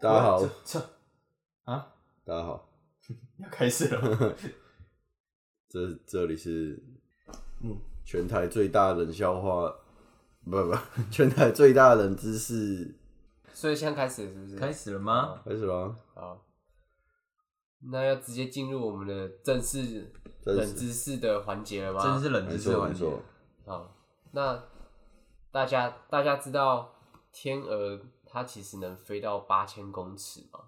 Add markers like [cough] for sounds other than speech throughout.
大家好这，这啊，大家好，要开始了吗。这这里是嗯全台最大冷笑话，不不，全台最大冷知识所以现在开始了是不 [laughs] 是？开始了吗？开始了吗？好，那要直接进入我们的正式正式冷知识的环节了吗？真是冷没知识错环没节。错，好，那大家大家知道天鹅它其实能飞到八千公尺吗？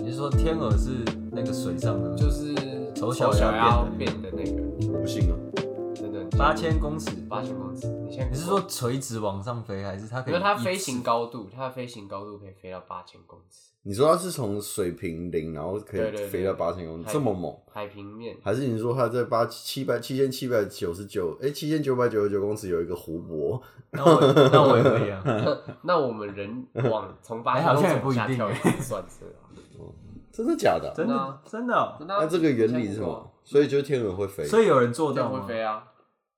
你是说天鹅是那个水上的，就是从小小要要变变的那个，我不信啊，真的八千公尺？八千公尺。你现在你是说垂直往上飞，还是它可因以？为它飞行，高度，它的飞行高度可以飞到八千公尺，你说它是从水平零，然后可对以对飞对到八千公里，还这么猛？海平 [laughs] 面还是你说它在八七百七千七百九十九，哎，七千九百九十九公尺有一个湖泊？那我也那我也可以啊。那我们人往从八哎好千公像尺也不往一下定跳也欸是算是啊了。真的假的啊？ [laughs] 真真的的啊真的哦，那那这个原理是什么？所以就是天鹅会飞，所以有人做这到样会吗？飞啊？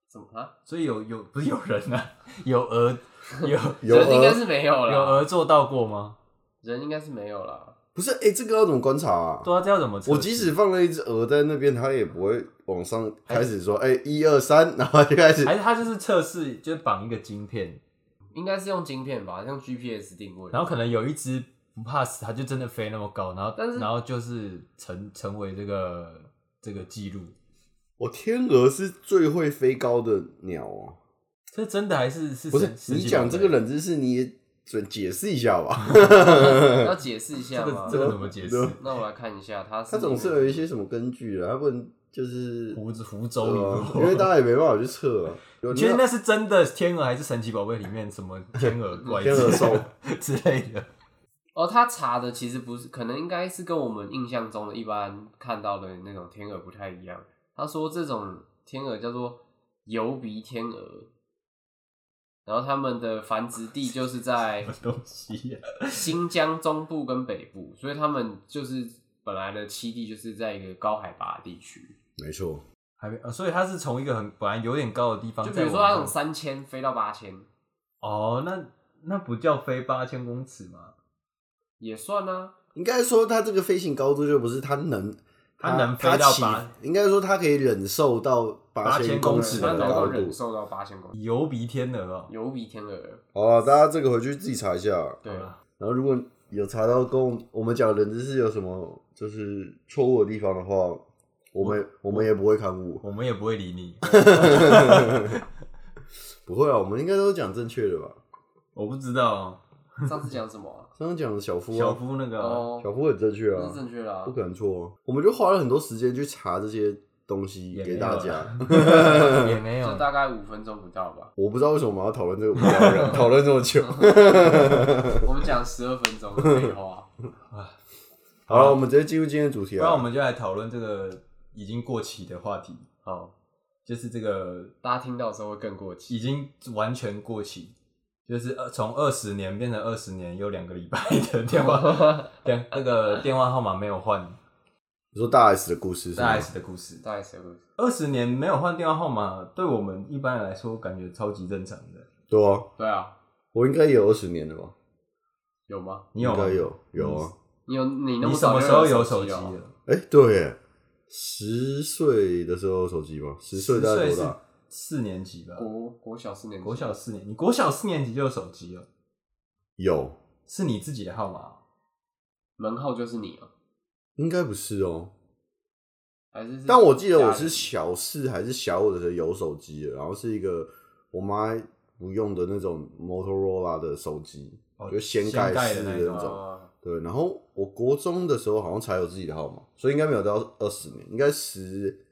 怎么啊？所以有有不是有人啊， [laughs] 有鹅有有人应该鹅是没有有了，鹅做到过吗？人应该是没有了。不是？哎，这个要怎么观察啊？对啊，这要怎么测试？我即使放了一只鹅在那边，它也不会往上开始说，哎，一二三， [laughs] 然后就开始还是它就是测试，就是绑一个晶片，应该是用晶片吧，用 GPS 定位。然后可能有一只不怕死，它就真的飞那么高，然后但是然后就是成成为这个这个记录，我天鹅是最会飞高的鸟啊！这真的还是是不是神神你奇讲宝这贝个冷知识，你也准解释一下 [laughs] 吧？要解释一这下吗个？这个怎么解释啊对？那我来看一下，它是它总是有一些什么根据啊，它不能就是湖子湖对州啊一因为大家也没办法去测啊。有你觉得那是真的天鹅还是神奇宝贝里面什么天鹅 [laughs] 怪天鹅之兽 [laughs] 之类的？哦，他查的其实不是，可能应该是跟我们印象中的一般看到的那种天鹅不太一样。他说这种天鹅叫做油鼻天鹅，然后它们的繁殖地就是在 [laughs] 什么东西啊呀、新疆中部跟北部，所以他们就是本来的栖地就是在一个高海拔的地区，没错，还没，呃所以它是从一个很本来有点高的地方，就比如再说往那种上三千飞到八千哦，那那不叫飞八千公尺吗？也算啊，应该说它这个飞行高度就不是它能，它能飞到它起八，应该说它可以忍受到八8000公公尺尺它的能够高度忍。受到八千公里，油鼻天鹅哦，油鼻天鹅，好啊，大家这个回去自己查一下。啊对，啊然后如果有查到跟我我们讲冷知识有什么就是错误的地方的话，我们我们也不会刊物，我们也不会理你。不会啊，我们应该都讲正确的吧？我不知道哦上次讲什么啊、 [laughs] 刚刚讲的小夫小啊，夫那个 [laughs] 啊，哦，小夫很正确这啊是，正确的、啊不，可能错、啊。我们就花了很多时间去查这些东西也没给有大家啊。也没有就。大概五分钟不到 [laughs] 吧，我不知道为什么我们要讨论这个无聊人，讨论这么久。我们讲十二分钟的废话，好了，我们直接进入今天的主题不啊。然我们就来讨论这个已经过期的话题，好，就是这个大家听到的时候会更过激，已 [laughs] 经完全过期，就是呃从二十年变成二十年有两个礼拜的电 [laughs] 话，两那个电话号码没有换。你说大 S 的故事是吗？大 S 的故事，大概谁会？二十年没有换电话号码，对我们一般来说感觉超级正常的。对啊，对啊，我应该也有二十年了吧？有吗？你有应吗嗯该？有有啊。你有你你那么什早么就时候有有手机了？的？哎、对耶，十岁的时候有手机吗？十岁大概十多岁是大？四年级吧，国国小四年级，国小四年，你国小四年级就有手机了，有，是你自己的号码哦。门号就是你哦、应该不是哦、还是是但我记得我是家小四还是小五的时候有手机了，然后是一个我妈不用的那种 Motorola 的手机，哦就掀掀盖式的的那那种人种。哦对，然后我国中的时候好像才有自己的号码，所以应该没有到二十年，应该十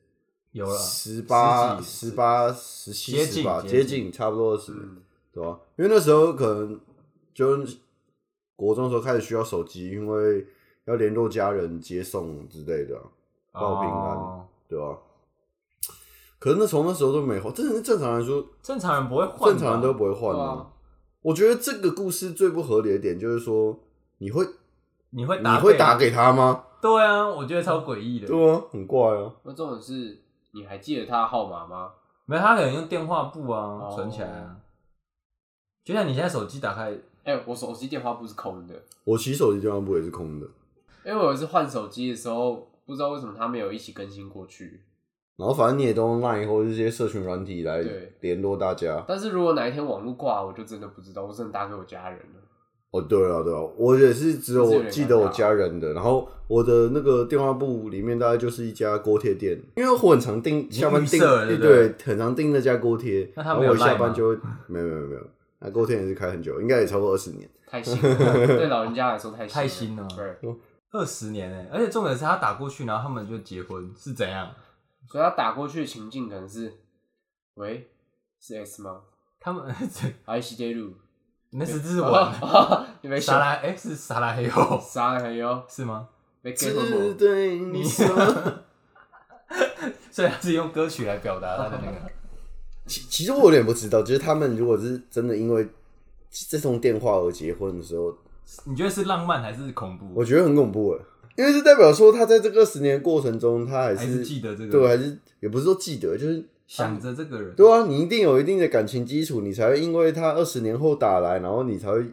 有了十八、十十几八、十七、接十近八，接接近近差不多二十年。嗯，对吧、因为那时候可能就是国中的时候开始需要手机，因为要联络家人、接送之类的啊，报平安哦对吧、可是那从那时候都没换，这是正常来说，正常人不会换吧，正常人都不会换对啊啊。我觉得这个故事最不合理的点就是说，你会你会你打会给打给他吗？对啊，我觉得超诡异的。对啊，很怪啊。那重点是你还记得他的号码吗？没有，他可能用电话簿啊哦存起来啊，就像你现在手机打开，哎、我手机电话簿是空的，我洗手机电话簿也是空的，因为我有一次换手机的时候，不知道为什么它没有一起更新过去。然后反正你也都用 Line 或者这些社群软体来对联络大家。但是如果哪一天网络挂，我就真的不知道，我真的打给我家人了。哦，对了对了，我也是只有是有我点记尴得我尬家人的，然后我的那个电话簿里面大概就是一家锅贴店，因为我很常订经下班预订设了对不对，很常订那家锅贴，那然他后没有我下 Line 吗班就会没有没有没有，那锅贴也是开很久，应该也超过二十年。太新了，对老人家来说太新太新了对，二十年哎、而且重点是他打过去，然后他们就结婚，是怎样？所以他打过去的情境可能是，喂，是 S 吗？他们 [laughs] 这还是 d 路？那是日哦文，哦你没沙想拉哎、是沙拉黑哦，啥还有是吗？没给我只对你说，所以他是用歌曲来表达他的 [laughs] 那个， [laughs] 其其实我有点不知道，就是他们如果是真的因为这通电话而结婚的时候，你觉得是浪漫还是恐我怖？觉得很恐怖哎，因为是代表说他在这个二十年过程中，他还还是是记得这个，对，还是也不是说记得，就是想着这个人，对啊，你一定有一定的感情基础，你才会因为他二十年后打来，然后你才会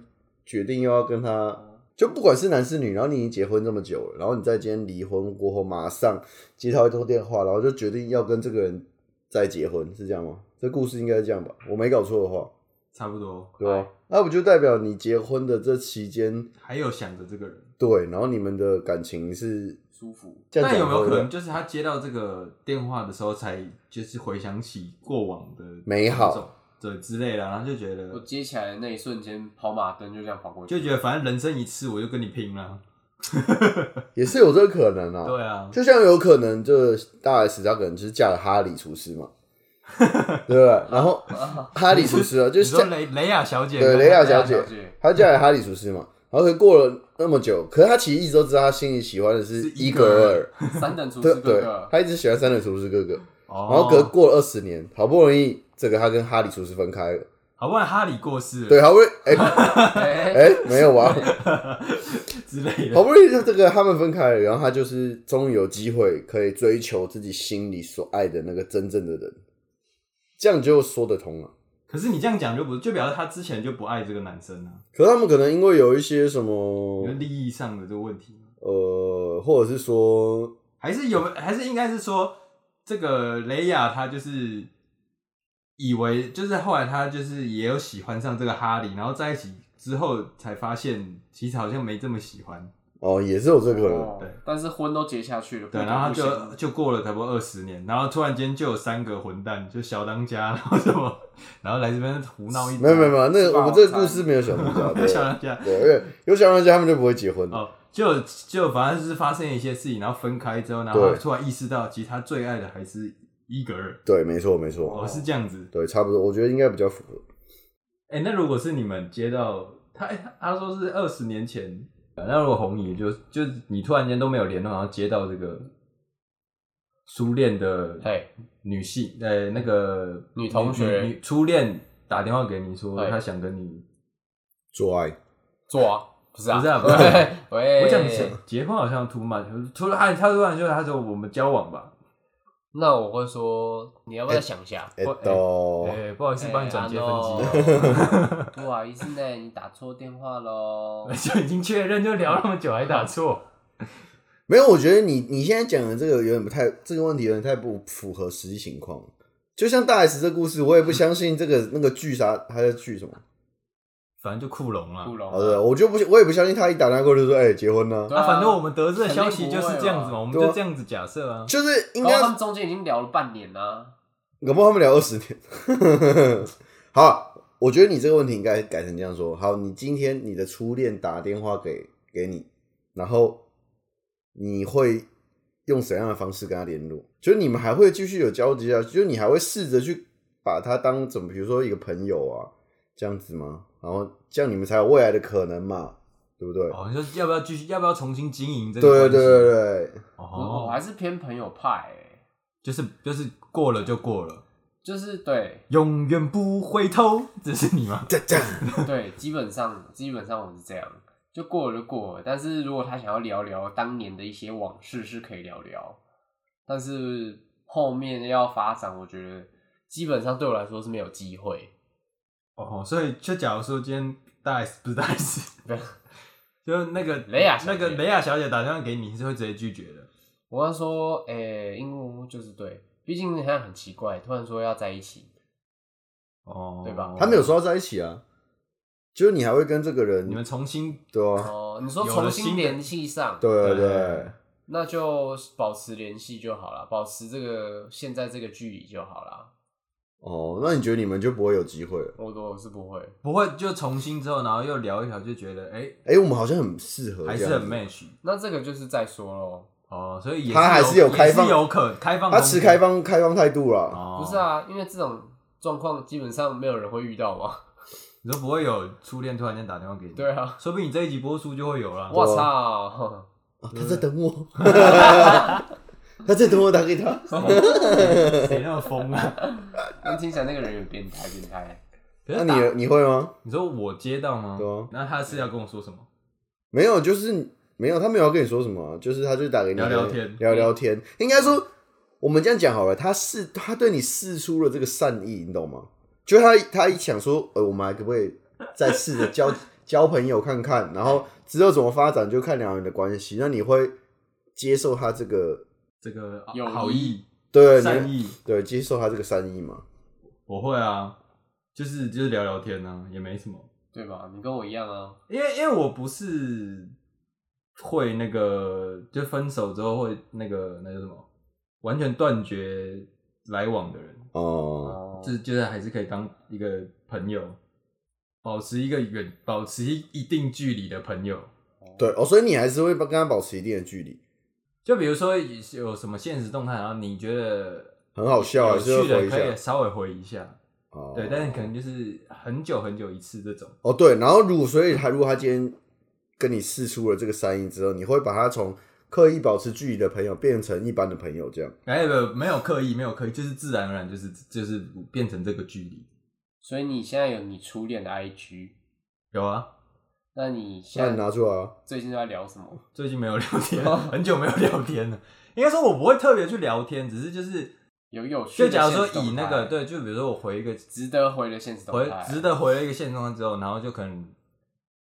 决定又要跟他，就不管是男是女，然后你已经结婚这么久了，然后你在今天离婚过后马上接到一通电话，然后就决定要跟这个人再结婚，是这样吗？这故事应该是这样吧？我没搞错的话，差不多，对吧、那不就代表你结婚的这期间，还有想着这个人。对，然后你们的感情是舒服。这样讲但有没有好可的能就是他接到这个电话的时候，才就是回想起过往的美好种种，对之类的，然后就觉得我接起来的那一瞬间，跑马灯就这样跑过去，就觉得反正人生一次，我就跟你拼了。也是有这个可能啊？对啊，就像有可能这大 S 她可能就是嫁了哈里厨师嘛，对不对？然后哈里厨师啊，就你是说嫁雷雷亚小姐，对雷亚小哎小姐，姐她嫁给哈里厨师嘛，然后可是过了那么久，可是她其实一直都知道她心里喜欢的是是伊伊格格尔尔，三等厨对师哥对哥，， [laughs] 她一直喜欢三流厨师哥哥，哦，然后可是过了二十年，好不容易这个她跟哈里厨师分开了，好不然哈利过世了，对，好不容易哎哎，哎没有啊， [laughs] 之类的，好不容易就这个他们分开了，然后她就是终于有机会可以追求自己心里所爱的那个真正的人，这样就说得通了。可是你这样讲就不就表示他之前就不爱这个男生啊，可是他们可能因为有一些什有么利益上的这个问题，呃，或者是说，还是有还是应该是说这个雷亚他就是以为就是后来他就是也有喜欢上这个哈利，然后在一起之后才发现其实好像没这么喜欢，哦，也是有这个可能。哦对但是婚都结下去了，对，不得然后他不就行就过了差不多二十年，然后突然间就有三个混蛋，就小当家，然后什么，然后来这边胡闹一通没有没有没有，那吃个霸我王们这个餐故事没有小当家，没有 [laughs] 小对当家对，因为有小当家他们就不会结婚。哦，就就反正就是发生一些事情，然后分开之后，然后对他突然意识到，其实他最爱的还是伊格尔，对，没错没错，哦，是这样子。对，差不多，我觉得应该比较符合。哎、那如果是你们接到他，哎他说是二十年前，那如果红姨就就你突然间都没有联络，然后接到这个初恋的嘿，女性，呃，那个女同学女女初恋打电话给你说哎她想跟你，做爱，做啊，不是啊， [laughs] 不是啊不是啊喂，我讲想结婚好像 too much，突然她突然就她说我们交往吧，那我会说，你要不要再想一下？哎我都哎、不好意思，帮你转接分机哦、。机。 [laughs] 不好意思呢，你打错电话喽 [laughs] 就已经确认，就聊那么久还打错，没有，我觉得你你现在讲的这个有点不太，这个问题有点太不符合实际情况。就像大 S 这故事，我也不相信这个那个剧啥，他在剧什么？反正就库龙啊不。容好的，我就不我也不相信他一打电话过来就说，哎，结婚了。对啊，啊反正我们得知的消息就是这样子嘛，肯定不会啊我们对啊就这样子假设啊。就是应然后该他们中间已经聊了半年啦、搞不好他们聊二十年。 [laughs] 好啊，我觉得你这个问题应该改成这样说：好，你今天你的初恋打电话给给你，然后你会用怎样的方式跟他联络？就是你们还会继续有交集啊？就是你还会试着去把他当怎么，比如说一个朋友啊，这样子吗？然后这样你们才有未来的可能嘛，对不对？哦，你说要不要继续？要不要重新经营这个关对对系？对对。对，我我哦，还是偏朋友派、欸，就是就是过了就过了，就是对永远不回头，这是你吗？这这样 [laughs] 对，基本上基本上我是这样，就过了就过了。但是如果他想要聊聊当年的一些往事，是可以聊聊，但是后面要发展，我觉得基本上对我来说是没有机会。 [laughs] 哦，所以就假如说今天大 S 不是大 S， [laughs] 不是就那个雷亚小姐那个雷亚小姐打电话给你，你是会直接拒绝的。我要说，诶、因为就是对，毕竟好像很奇怪，突然说要在一起，哦，对吧他没有说要在一起啊，就是你还会跟这个人你，们重新对啊，哦、你说有了重新新的联系上，对对对对，那就保持联系就好了，保持这个现在这个距离就好了。哦，那你觉得你们就不会有机会了？我我是不会，不会就重新之后，然后又聊一聊，就觉得哎、哎、我们好像很适合，还是很。match 那这个就是再说咯。哦，所以也他还是是有也开放是有可开放，他持开，放开放态度啦，哦、不是，啊，因为这种状况基本上没有人会遇到嘛。 [laughs] 你都不会有初恋突然间打电话给你，对，啊，说不定你这一集播出就会有了。我操，哦啊他在等我， [laughs] 他在等我打给他。 [laughs] 谁那么疯 [laughs] 啊？那听起来那个人有变态，变态。可那是打你你会吗？你说我接到吗？对啊那他是要跟我说什么？没有，就是没有，他没有要跟你说什么啊、就是他就打给你聊聊天嗯聊聊天。应该说，我们这样讲好了，他是他对你示出了这个善意，你懂吗？就他他一想说，呃，我们还可不可以再试着交 [laughs] 交朋友看看，然后之后怎么发展就看两人的关系。那你会接受他这个这个啊友谊好意、对善你意，对接受他这个善意吗？我会啊，就是就是聊聊天啊，也没什么。对吧？你跟我一样啊，因为因为我不是会那个，就分手之后会那个那叫什么，完全断绝来往的人，哦、就是就是还是可以当一个朋友，保持一个远，保持一一定距离的朋友。对哦，所以你还是会跟他保持一定的距离，就比如说有什么现实动态，然后你觉得很好笑啊，有还是会趣回的，一可以下。稍微回一下，哦对，但是可能就是很久很久一次这种。哦，对，然后如果所以他如果他今天跟你试出了这个善意之后，你会把他从刻意保持距离的朋友变成一般的朋友，这样哎，不，没有刻意，没有刻意，就是自然而然，就是就是变成这个距离。所以你现在有你初恋的 IG，有啊，那你那现你在拿出来啊。最近都在聊什么？最近没有聊天，哦很久没有聊天了。应该说，我不会特别去聊天，只是就是，有有趣就的假如说现实动以那态个对，就比如说我回一个值得回的现实动回态，值得回了一个现状之后，然后就可能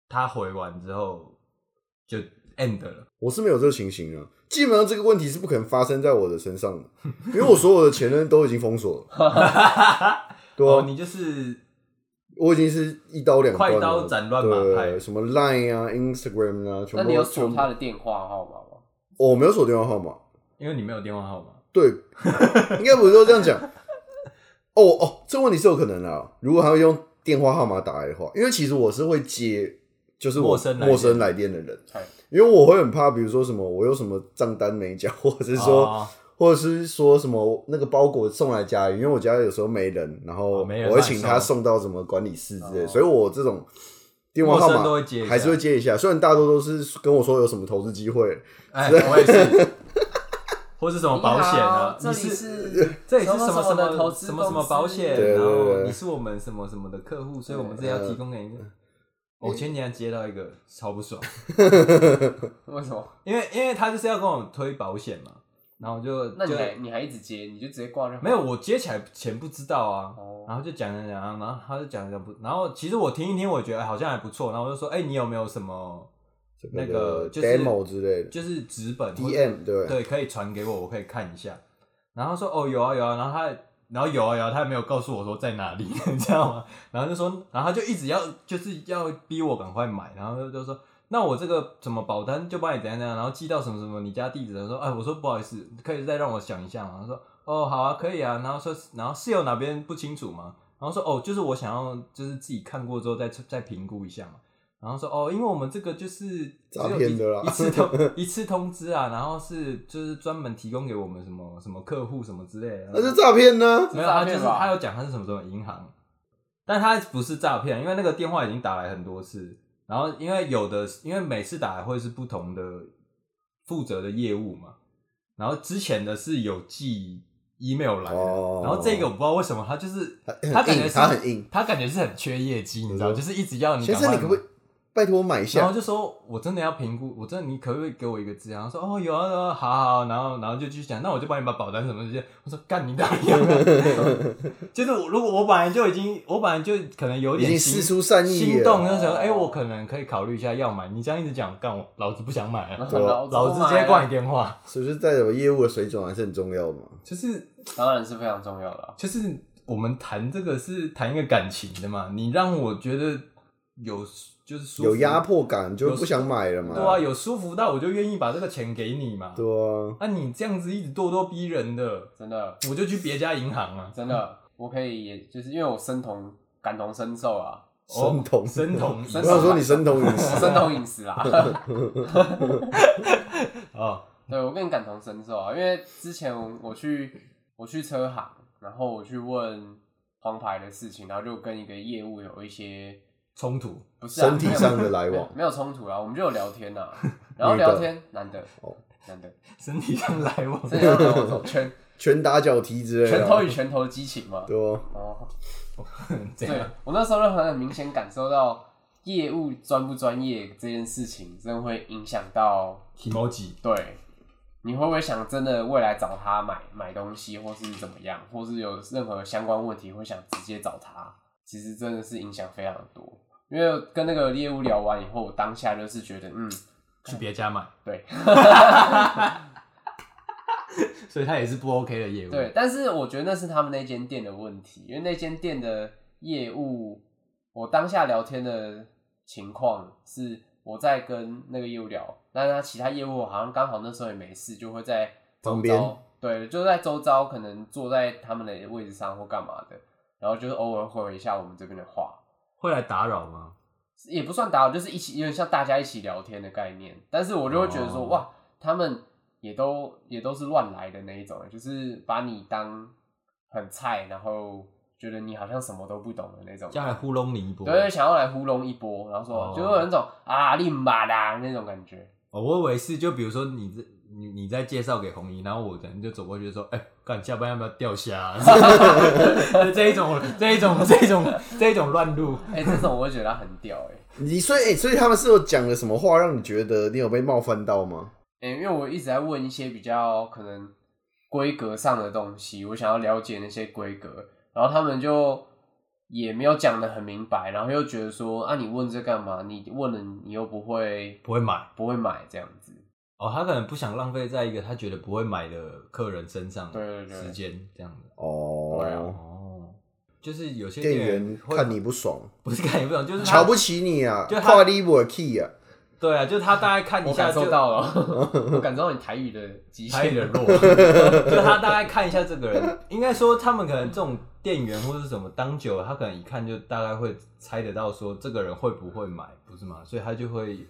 他回完之后就 end 了。我是没有这个情形啊，基本上这个问题是不可能发生在我的身上的，因为我所有的前任都已经封锁了， [laughs] 对哦，啊，你就是我已经是一刀两断了，快刀斩乱麻对派什么 Line 啊、Instagram 啊，全部那都你有锁全部他的电话号码吗？哦我没有锁电话号码，因为你没有电话号码，对，应该不是说这样讲。哦哦，这个问题是有可能的、啊。如果他会用电话号码打来的话，因为其实我是会接，就是我陌生来电陌生来电的人，对因为我会很怕，比如说什么我有什么账单没缴，或者是说，哦或者是说什么那个包裹送来家里，因为我家有时候没人，然后哦没人我会请他帮你送到什么管理室之类的，哦所以我这种。电话号陌生都码会接一下还是会接一下，虽然大多都是跟我说有什么投资机会，哎，我也是，或是什么保险啊？你好这你里是是 [laughs] 这里是什什么么什的投么资什么什么公司保险，对对然后对你是我们什么什么的客户，所以我们这要提供给你。嗯我前几天接到一个超不爽，为什么？因为因为他就是要跟我推保险嘛，然后我就那你就还你还一直接，你就直接挂就好。没有我接起来前不知道啊哦，然后就讲讲讲啊，然后他就讲讲不，然后其实我听一听，我觉得哎好像还不错，然后我就说哎你有没有什么那个就是 demo 之类的就是纸本或者，DM 对不对？对，可以传给我，我可以看一下。然后他说哦有啊有啊，然后他然后有啊有啊，他也没有告诉我说在哪里， [laughs] 你知道吗？然后就说，然后他就一直要就是要逼我赶快买，然后就就说那我这个什么保单就帮你怎样怎样，然后寄到什么什么你家地址的，说哎我说不好意思，可以再让我想一下吗？他说哦好啊可以啊，然后说然后是有哪边不清楚吗？然后说哦就是我想要就是自己看过之后再再评估一下嘛。然后说哦，因为我们这个就是只有诈骗的啦一一次通 [laughs] 一次通知啊，然后是就是专门提供给我们什么什么客户什么之类的。那是诈骗呢？没有，他就是诈骗是吧他有讲他是什么什么银行，但他不是诈骗，因为那个电话已经打来很多次，然后因为有的因为每次打来会是不同的负责的业务嘛，然后之前的是有寄 email 来的，哦然后这个我不知道为什么他就是很他感觉硬是他很硬他感觉是很缺业绩，你知道，我说就是一直要你先嗯赶生，快你可不可以？拜托买然下后，就说我真的要评估，我真的你可不可以给我一个字？然后说哦有啊，有啊好好，然后然后就继续讲，那我就帮你把保单什么这些。我说干你大爷、啊！ [laughs] 就是我如果我本来就已经，我本来就可能有已点经心施出善意心了。动，就想哎、我可能可以考虑一下要买。你这样一直讲，干我老子不 [laughs] 想买了，对啊老老子直接挂你电话。所以就代表业务的水准还是很重要嘛。就是当然是非常重要的啊、就是我们谈这个是谈一个感情的嘛，你让我觉得有就是舒服有压迫感就不想买了嘛。对啊，有舒服到我就愿意把这个钱给你嘛。对啊，那、你这样子一直咄咄逼人的，真的我就去别家银行啊，真的，嗯我可以也就是因为我身同感同身受啊，哦生酮 [laughs] 生酮，我生想说你生酮饮食， [laughs] 身同饮食 [laughs] 啊。哦，对我更感同身受啊，因为之前我去我去车行，然后我去问黄牌的事情，然后就跟一个业务有一些冲突，不是、啊、身体没有上的来没往有。没 [laughs] 有冲突啊，我们就有聊天 [laughs] 呐、啊，然后女的聊天男的哦男的，身体上来往，这要跟我走拳拳打脚踢之类的拳啊，头与拳头的激情嘛。对啊，哦，这对样我那时候就很很明显感受到业务专不专业这件事情，真的会影响到 emoji 对，你会不会想真的未来找他买买东西，或是怎么样，或是有任何相关问题会想直接找他？其实真的是影响非常多，因为跟那个业务聊完以后，我当下就是觉得，嗯，去别家买，对 [laughs] 所以他也是不 OK 的业务，对，但是我觉得那是他们那间店的问题，因为那间店的业务，我当下聊天的情况是我在跟那个业务聊，但是他其他业务好像刚好那时候也没事，就会在周旁遭边对，就在周遭可能坐在他们的位置上或干嘛的，然后就是偶尔回一下我们这边的话，会来打扰吗？也不算打扰，就是一起有点像大家一起聊天的概念。但是我就会觉得说，哦哇，他们也都也都是乱来的那一种，欸就是把你当很菜，然后觉得你好像什么都不懂的那种，要来糊弄你一波，对，想要来糊弄一波，然后说、哦就会有那种啊，你妈啦那种感觉。哦，我以为是就比如说你这你你在介绍给红衣，然后我可能就走过去就说，哎、干下班要不要钓虾、啊 [laughs] 这一种这一种这一种这一种乱入，哎、这种我会觉得很屌哎、你所以、欸所以他们是有讲了什么话让你觉得你有被冒犯到吗？欸，因为我一直在问一些比较可能规格上的东西，我想要了解那些规格，然后他们就也没有讲的很明白，然后又觉得说啊，你问这干嘛？你问了你又不会不会买。不会买这样子，哦，他可能不想浪费在一个他觉得不会买的客人身上对对对时间这样的。对啊哦，哦，就是有些店员员会看你不爽，不是看你不懂，就是他瞧不起你啊，就他跨你我 key 啊，对啊，就是他大概看一我下感就受到了， [laughs] 我感受到你台语的极他有限点弱，就他大概看一下这个人，应该说他们可能这种店员或者什么当久了，他可能一看就大概会猜得到说这个人会不会买，不是吗？所以他就会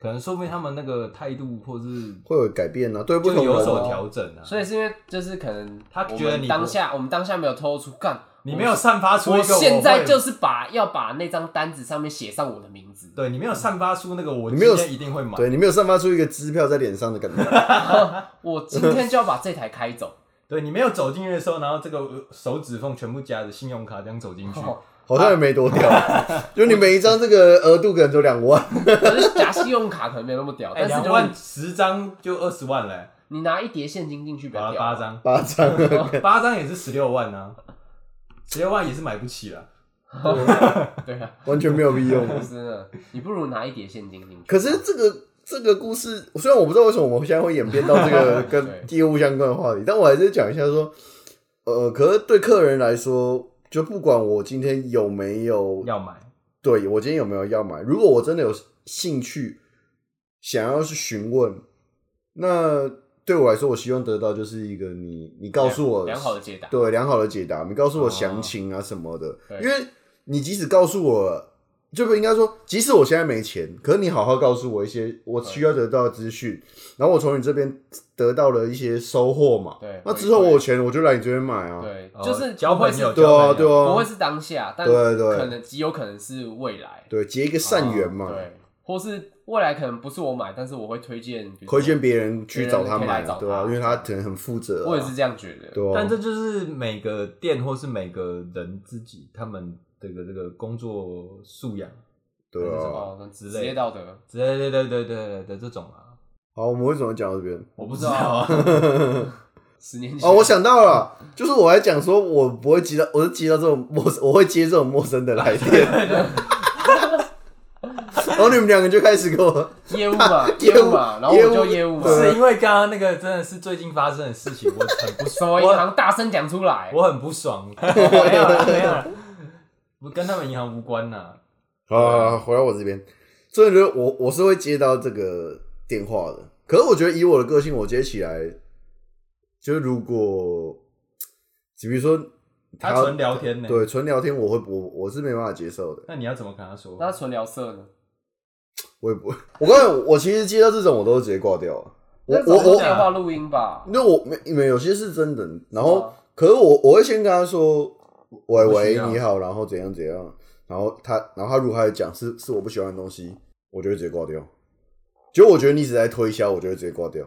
可能说不定他们那个态度或是会有改变啊，对不就同有人所啊，调整啊。所以是因为就是可能他我觉得们你不当下我们当下没有透露出干，你我没有散发出一我个会现在就是把要把那张单子上面写上我的名字，对你没有散发出那个我你今没有天一定会买，对你没有散发出一个支票在脸上的感觉，我今天就要把这台开走。对你没有走进去的时候，然后这个呃手指缝全部夹着信用卡这样走进去，哦好像也没多 [laughs] 屌，就你每一张这个额度可能就两万， [laughs] 可是夹信用卡可能没有那么屌，哎、但是两就万是十张就二十万嘞、你拿一叠现金进去比好较了，屌八啊。张，哦八张啊，八张也是十六万啊，十六万也是买不起了。对 [laughs] 啊，完全没有必要。就是呢，你不如拿一叠现金进去。可是这个这个故事，虽然我不知道为什么我们现在会演变到这 [laughs] 个跟业务相关的话题，但我还是讲一下说，呃，可是对客人来说，就不管我今天有没有要买，对我今天有没有要买，如果我真的有兴趣，想要去询问，那对我来说，我希望得到就是一个你你告诉我良良好的解答，对良好的解答，你告诉我哦详情啊什么的，对因为你即使告诉我，就不应该说，即使我现在没钱，可是你好好告诉我一些我需要得到的资讯，然后我从你这边得到了一些收获嘛，对那回馈之后我有钱我就来你这边买啊，对，哦就是交不会朋是友，对啊交朋对友啊，不会是当下，但对对可能极有可能是未来，啊对结一个善缘嘛，对，或是未来可能不是我买，但是我会推荐，比如说推荐别人去找他别人可以买来啊，找对啊，他因为他可能很负责、啊，我也是这样觉得。对啊，但这就是每个店或是每个人自己他们这个这个工作素养对还是什啊。么哦，那之职类业道德，对对对对对对这种啊，好，我们为什么讲到这边？我不不知知道道啊啊。十年前，哦，我想到了，就是我还讲说，我不会接到，我是接到这种陌生，我会接这种陌生的来电， [laughs] 然后你们两个就开始跟我，业务嘛，业务业务嘛，然后我就业业务务嘛， [laughs] 是因为刚刚那个真的是最近发生的事情，我很不什爽，么银我行大声讲出来，我很不 [laughs] 爽。没有啦没有 [laughs] 啦，我跟他们银行无关呐。 [laughs] 好好，好回到我这边，所以觉得我我是会接到这个电话的，可是我觉得以我的个性，我接起来，就是如果，比如说他纯聊天呢对纯聊天，我会我我是没办法接受的，那你要怎么跟他说？那纯聊色呢？我也不， [laughs] 我刚才我其实接到这种，我都会直接挂掉了，我那我种是我电话录音吧，那我没没有些是真的，然嗯是后吗可是我我会先跟他说，喂不需喂要你好，然后怎样怎样，然后他然后他如果还讲是是我不喜欢的东西，我就会直接挂掉。结果我觉得你只是在推销，我就会直接挂掉。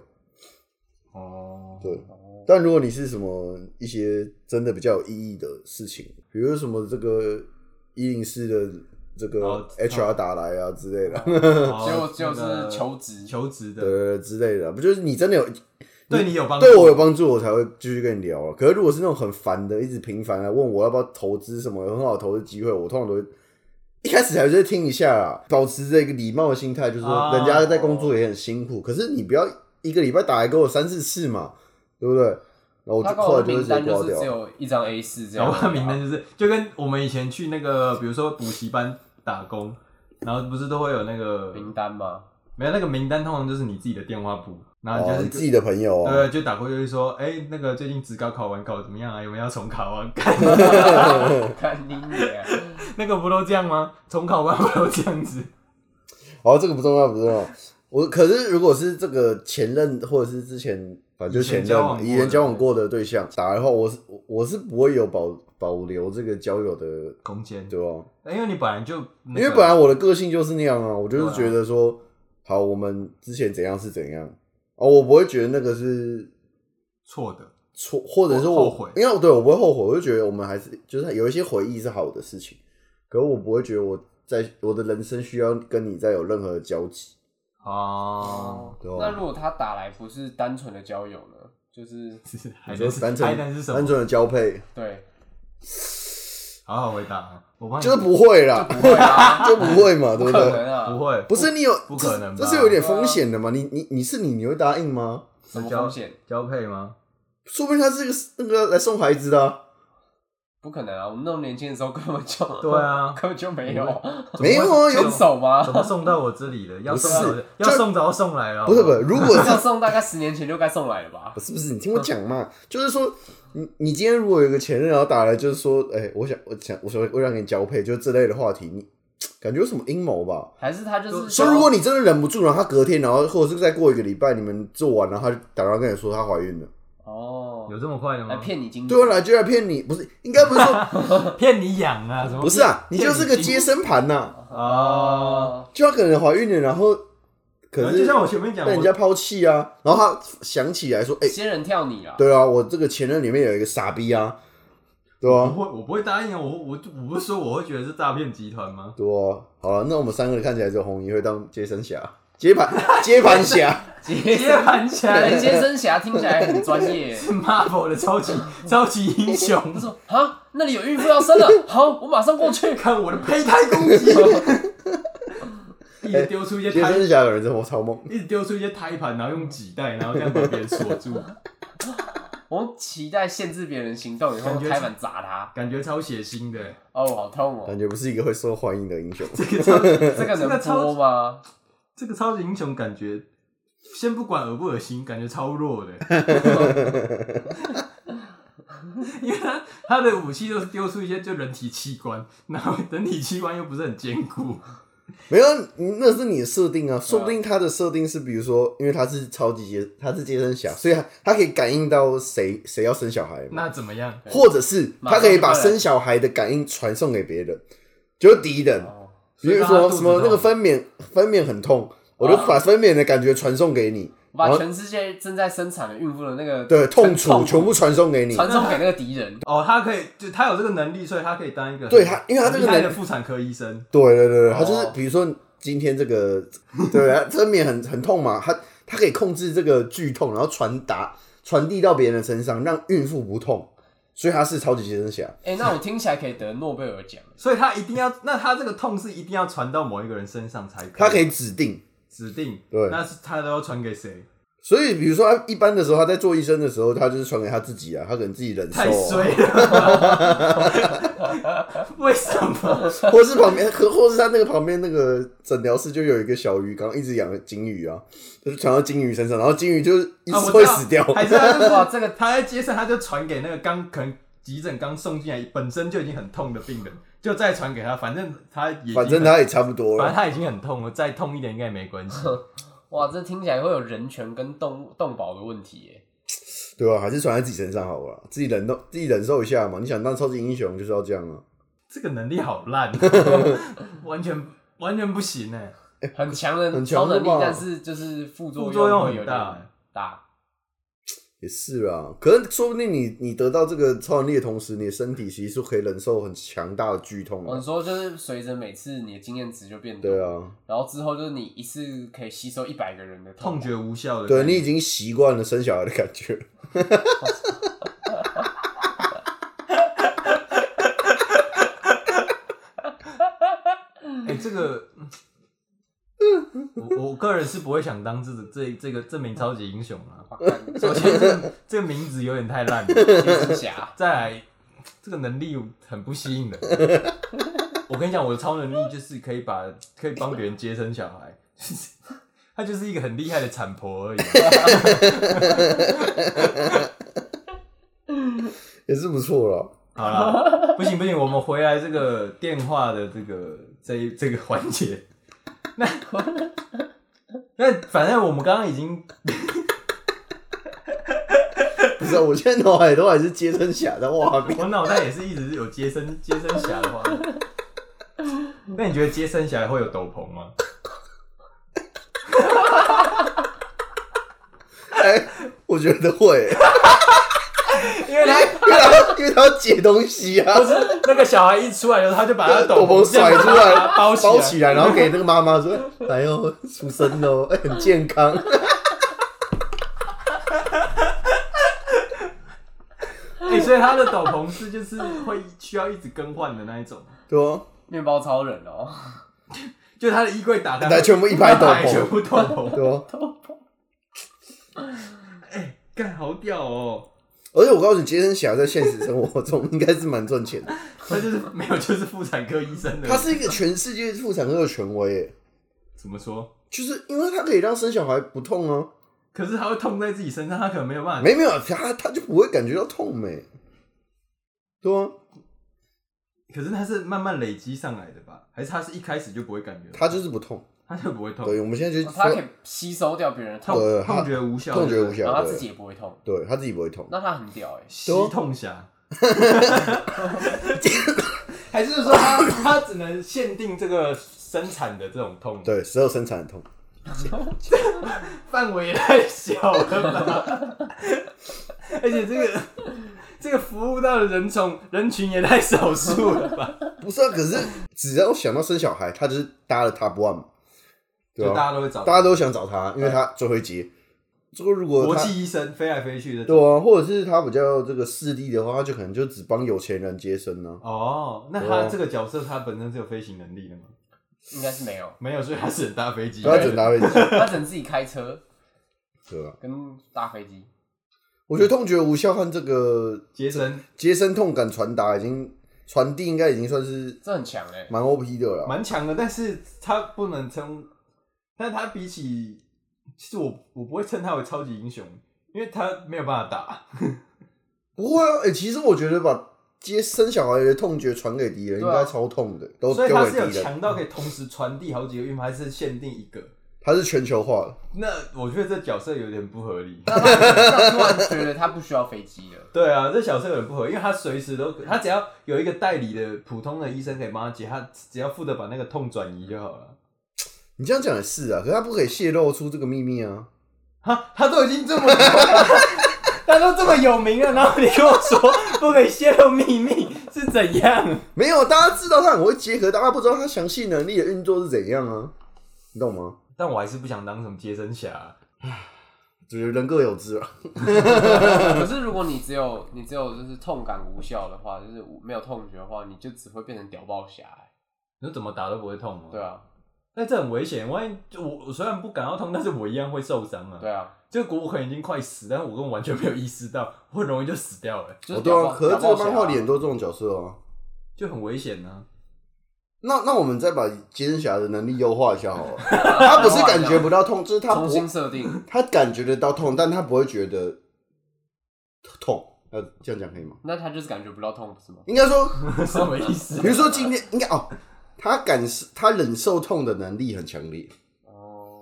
哦，对，但如果你是什么一些真的比较有意义的事情，比如什么这个一零四的这个哦 HR 打来啊之类的， [laughs] 就就就是求职，哦求职的，呃之类的，不就是你真的有对你有帮助，对我有帮助，我才会继续跟你聊啊。可是如果是那种很烦的，一直频繁来问我要不要投资什么有很好的投资机会，我通常都会一开始还是听一下啦，保持着一个礼貌的心态，就是说哦啊人家在工作也很辛苦，可是你不要一个礼拜打来给我三四次嘛，对不对？然后我就他跟后我来的就会直名接单挂就是只掉。有一张 A 四这搞样不，好名单啊就是就跟我们以前去那个，比如说补习班打工，然后不是都会有那个名单 [laughs] 嘛，没有那个名单，通常就是你自己的电话簿，然后哦，你你就自是。己的朋友啊，对，就打过去就说，哎、那个最近职高考完考怎么样啊？有没有要重考啊？看 [laughs] 你娘，嗯 [laughs] 那个不都这样吗？重考完不都这样子？哦，这个不重要，不重要。我可是如果是这个前任或者是之前反正就前以前交往任过的以前交往过的对象打的话，我是我我是不会有保保留这个交友的，空间，对吧？因为你本来就、那个因为本来我的个性就是那样啊，我就是对啊觉得说，好，我们之前怎样是怎样哦，我不会觉得那个是错的，错，或者是我后悔因为对我不会后悔，我就觉得我们还是就是有一些回忆是好的事情，可我不会觉得我在我的人生需要跟你再有任何的交集。哦，对啊那如果他打来不是单纯的交友呢？就是是海你说南是单海纯南是什单么？纯的交配， [laughs] 对，好好回答啊，我帮你就是不会就 [laughs] 啦，不会啊，就不会嘛，对不不可对？能啊，不，会，不是你有，不可能吧这是这是有点风险的嘛？你你你是你，你会答应吗？什么风险？交配吗？说不定他是个那个来送孩子的啊、不可能啊！我们那么年轻的时候根本就 [laughs] 对啊根本就没有没有啊，分有手吗怎？么送到我这里的？要不是送到我这就要送着送来了，哦不是不是，如果 [laughs] 这是？送大概十年前就该送来了吧是不是？你听我讲嘛，就是说，你你今天如果有一个前任，然后打来，就是说，哎、我想我想我想我想跟你交配，就是这类的话题，你感觉有什么阴谋吧？还是他就是所以如果你真的忍不住，然后他隔天，然后或者是再过一个礼拜，你们做完，然后他就打电话跟你说她怀孕了，哦有这么快的来吗？骗你金对啊，来就来骗你，不是应该不是 [laughs] 说骗你养啊？什么？不是啊，你就是个骗接生盘呐、哦，哦，就她可能怀孕了，然后可就是像我前面讲，被人家抛弃啊，然后她想起来说，哎、仙人跳你啊！对啊，我这个前任里面有一个傻逼啊，对我啊，不会，我不会答应啊！我我我不是说我会觉得是诈骗集团吗？对啊，好了，那我们三个看起来只有红衣会当接生侠、接盘接盘 [laughs] 侠，接接盘 [laughs] 侠对接生侠听起来很专业。是 Marvel 的超级超级英雄他， [laughs] 说啊，那里有孕妇要生了，好，我马上过去。 [laughs] 看我的胚胎攻击， [laughs] 一直丢出一些接胎，生侠有人真的超猛，一直丢出一些胎盘，然后用脐带，然后这样把别人锁 [laughs] 住，我期待限制别人行动以后感觉是开门砸他。感觉超血腥的。哦，好痛哦！感觉不是一个会受欢迎的英雄。这个超这个 [laughs] 这个能播超吗？这个超级英雄感觉，先不管恶不恶心，感觉超弱 [laughs] 的，因为他他的武器都是丢出一些就人体器官，然后人体器官又不是很坚固，没有，你那是你的设定啊，说不定他的设定是，比如说，因为他是超级接，他是接生侠，所以他他可以感应到谁谁要生小孩嘛，那怎么 [laughs] 样？或者是他可以把生小孩的感应传送给别人，就是敌人，哦，比如所以让他说肚子啊什么那个痛分娩分娩很痛，我就把分娩的感觉传送给你，然把后全世界正在生产的孕妇的那个对痛痛楚全部传送给你。传送给那个敌人。 [laughs] 哦，他可以，就他有这个能力，所以他可以当一个很对他因为他这个很厉害能的妇产科医生，对对对，对他就是哦比如说今天这个， [laughs] 对啊，这面很很痛嘛，他他可以控制这个剧痛，然后传达传递到别人的身上，让孕妇不痛，所以他是超级先生侠。哎、那我听起来可以得诺贝尔奖。所以他一定要，那他这个痛是一定要传到某一个人身上才可以，他可以指定。指定，对那是他都要传给谁？所以，比如说，他啊一般的时候，他在做医生的时候，他就是传给他自己啊，他可能自己忍受、太啊，衰了， [laughs] 为什么？或是旁边，或或是他那个旁边那个诊疗室就有一个小鱼缸，一直养金鱼啊，就是传到金鱼身上，然后金鱼就是一直啊我知道会死掉。还是他就是哇这个他在街上，他就传给那个刚可能急诊刚送进来，本身就已经很痛的病人，就再传给他，反正他也已经反正他也差不多反正了，他已经很痛了，再痛一点应该也没关 [laughs] 系。哇，这听起来会有人权跟动物动保的问题耶。对啊吧、还是传在自己身上好了，自己忍受，自己忍受一下嘛。你想当超级英雄就是要这样啊。这个能力好烂， [laughs] 完全完全不行哎，很强的很超强的能力，吧但是就是副作副作用会很有点大大。也是啊，可是说不定你你得到这个超能力的同时，你的身体其实是可以忍受很强大的剧痛我的。哦说就是随着每次你的经验值就变多，对哦啊，然后之后就是你一次可以吸收一百个人的痛觉无效的感觉。对你已经习惯了生小孩的感觉。哎、这个，我我个人是不会想当这这这个这名超级英雄啊。 [laughs] 首先这，这个名字有点太烂了，天之侠再来，这个能力很不吸引人。我跟你讲，我的超能力就是可以把可以帮别人接生小孩，他就是一个很厉害的产婆而已。也是不错了。好了，不行不行，我们回来这个电话的这个这一这个环节。那那反正我们刚刚已经不是啊，我现在脑海都还是接生侠的画面。我脑袋也是一直有接生接生侠的话。那你觉得接生侠会有斗篷吗？哎、我觉得会，因为他因为他因为他要解东西啊，不是那个小孩一出来的时候，他就把他的斗篷篷甩出这样来把，它包起包来。起来，然后给那个妈妈说：“来哦，出生喽，哎很健康。” [laughs] 哎、所以他的斗篷是就是会需要一直更换的那一种，对哦，面包超人哦，就他的衣柜打开，来全部一排斗打开篷全部斗篷。 [laughs] 哎对哦。干好屌哦！而且我告诉你，接生侠在现实生活中应该是蛮赚钱的，他就是没有，就是妇产科医生的。他是一个全世界妇产科的权威，耶，怎么说？就是因为他可以让生小孩不痛啊，可是他会痛在自己身上，他可能没有办法。没没有他他就不会感觉到痛没，对啊，可是他是慢慢累积上来的吧？还是他是一开始就不会感觉到？他就是不痛。他就不会痛，对，我们现在就哦他可以吸收掉别人的痛，对痛他痛觉无效，痛觉无对不对效，然后他对自己也不会痛，对他自己不会痛。那他很屌哎。吸痛侠。 [laughs] 还是 [laughs] 说他他只能限定这个生产的这种痛对，只有生产的痛。范围也太小了吧？ [laughs] 而且这个这个服务到的人从人群也太少数了吧？不是啊，可是只要想到生小孩，他就是搭了 top one 嘛，对就大啊，家都会找大家都想找他，因为他最会接。这个如果国他际医生飞来飞去的。对啊，或者是他比较这个势力的话，他就可能就只帮有钱人接生呢、哦，那对他啊这个角色他本身是有飞行能力的吗？，应该是没有没有，所以他只能搭飞机。不要整搭飞机，他只能自己开车对啊，跟搭飞机。我觉得痛觉无效和这个杰森接生痛感传达已经传递，应该已经算是这很强哎、蛮 OP 的了啦。蛮强的，但是他不能称，但他比起，其实我我不会称他为超级英雄，因为他没有办法打。不会啊，哎、其实我觉得把接生小孩的痛觉传给敌人，对应啊该超痛的，都所以丢他给是有敌人。强到可以同时传递好几个孕妇，还是限定一个？它是全球化的，那我觉得这角色有点不合理。 [laughs] 那他那突然觉得他不需要飞机了，对啊，这角色有点不合理，因为他随时都可，他只要有一个代理的普通的医生可以帮他解，他只要负责把那个痛转移就好了。你这样讲也是啊，可是他不可以泄露出这个秘密啊。哈，他都已经这么 [laughs] 有，他都这么有名了，然后你跟我说不可以泄露秘密是怎样？没有，大家知道他很会结合，大家不知道他详细能力的运作是怎样啊，你懂吗？但我还是不想当什么接生侠、啊就是人各有志啊。可是如果你只有你只有就是痛感无效的话，就是无没有痛觉的话，你就只会变成屌爆侠、欸你说怎么打都不会痛吗？对，啊，但这很危险。万一就我我虽然不感到痛，但是我一样会受伤啊。对啊，就我可能已经快死，但是我根本完全没有意识到，我很容易就死掉了，就哦，是对屌啊，爆可是这个漫画里屌很爆侠多这种角色哦、就很危险啊呢、那那我们再把杰森侠的能力优化一下好了。他不是感觉不到痛，就是他重不新设定，他感觉得到痛，但他不会觉得痛。呃，这样讲可以吗？那他就是感觉不到痛，不是吗？应该说，什么意思啊比？如说今天应该哦，他感受他忍受痛的能力很强烈，哦，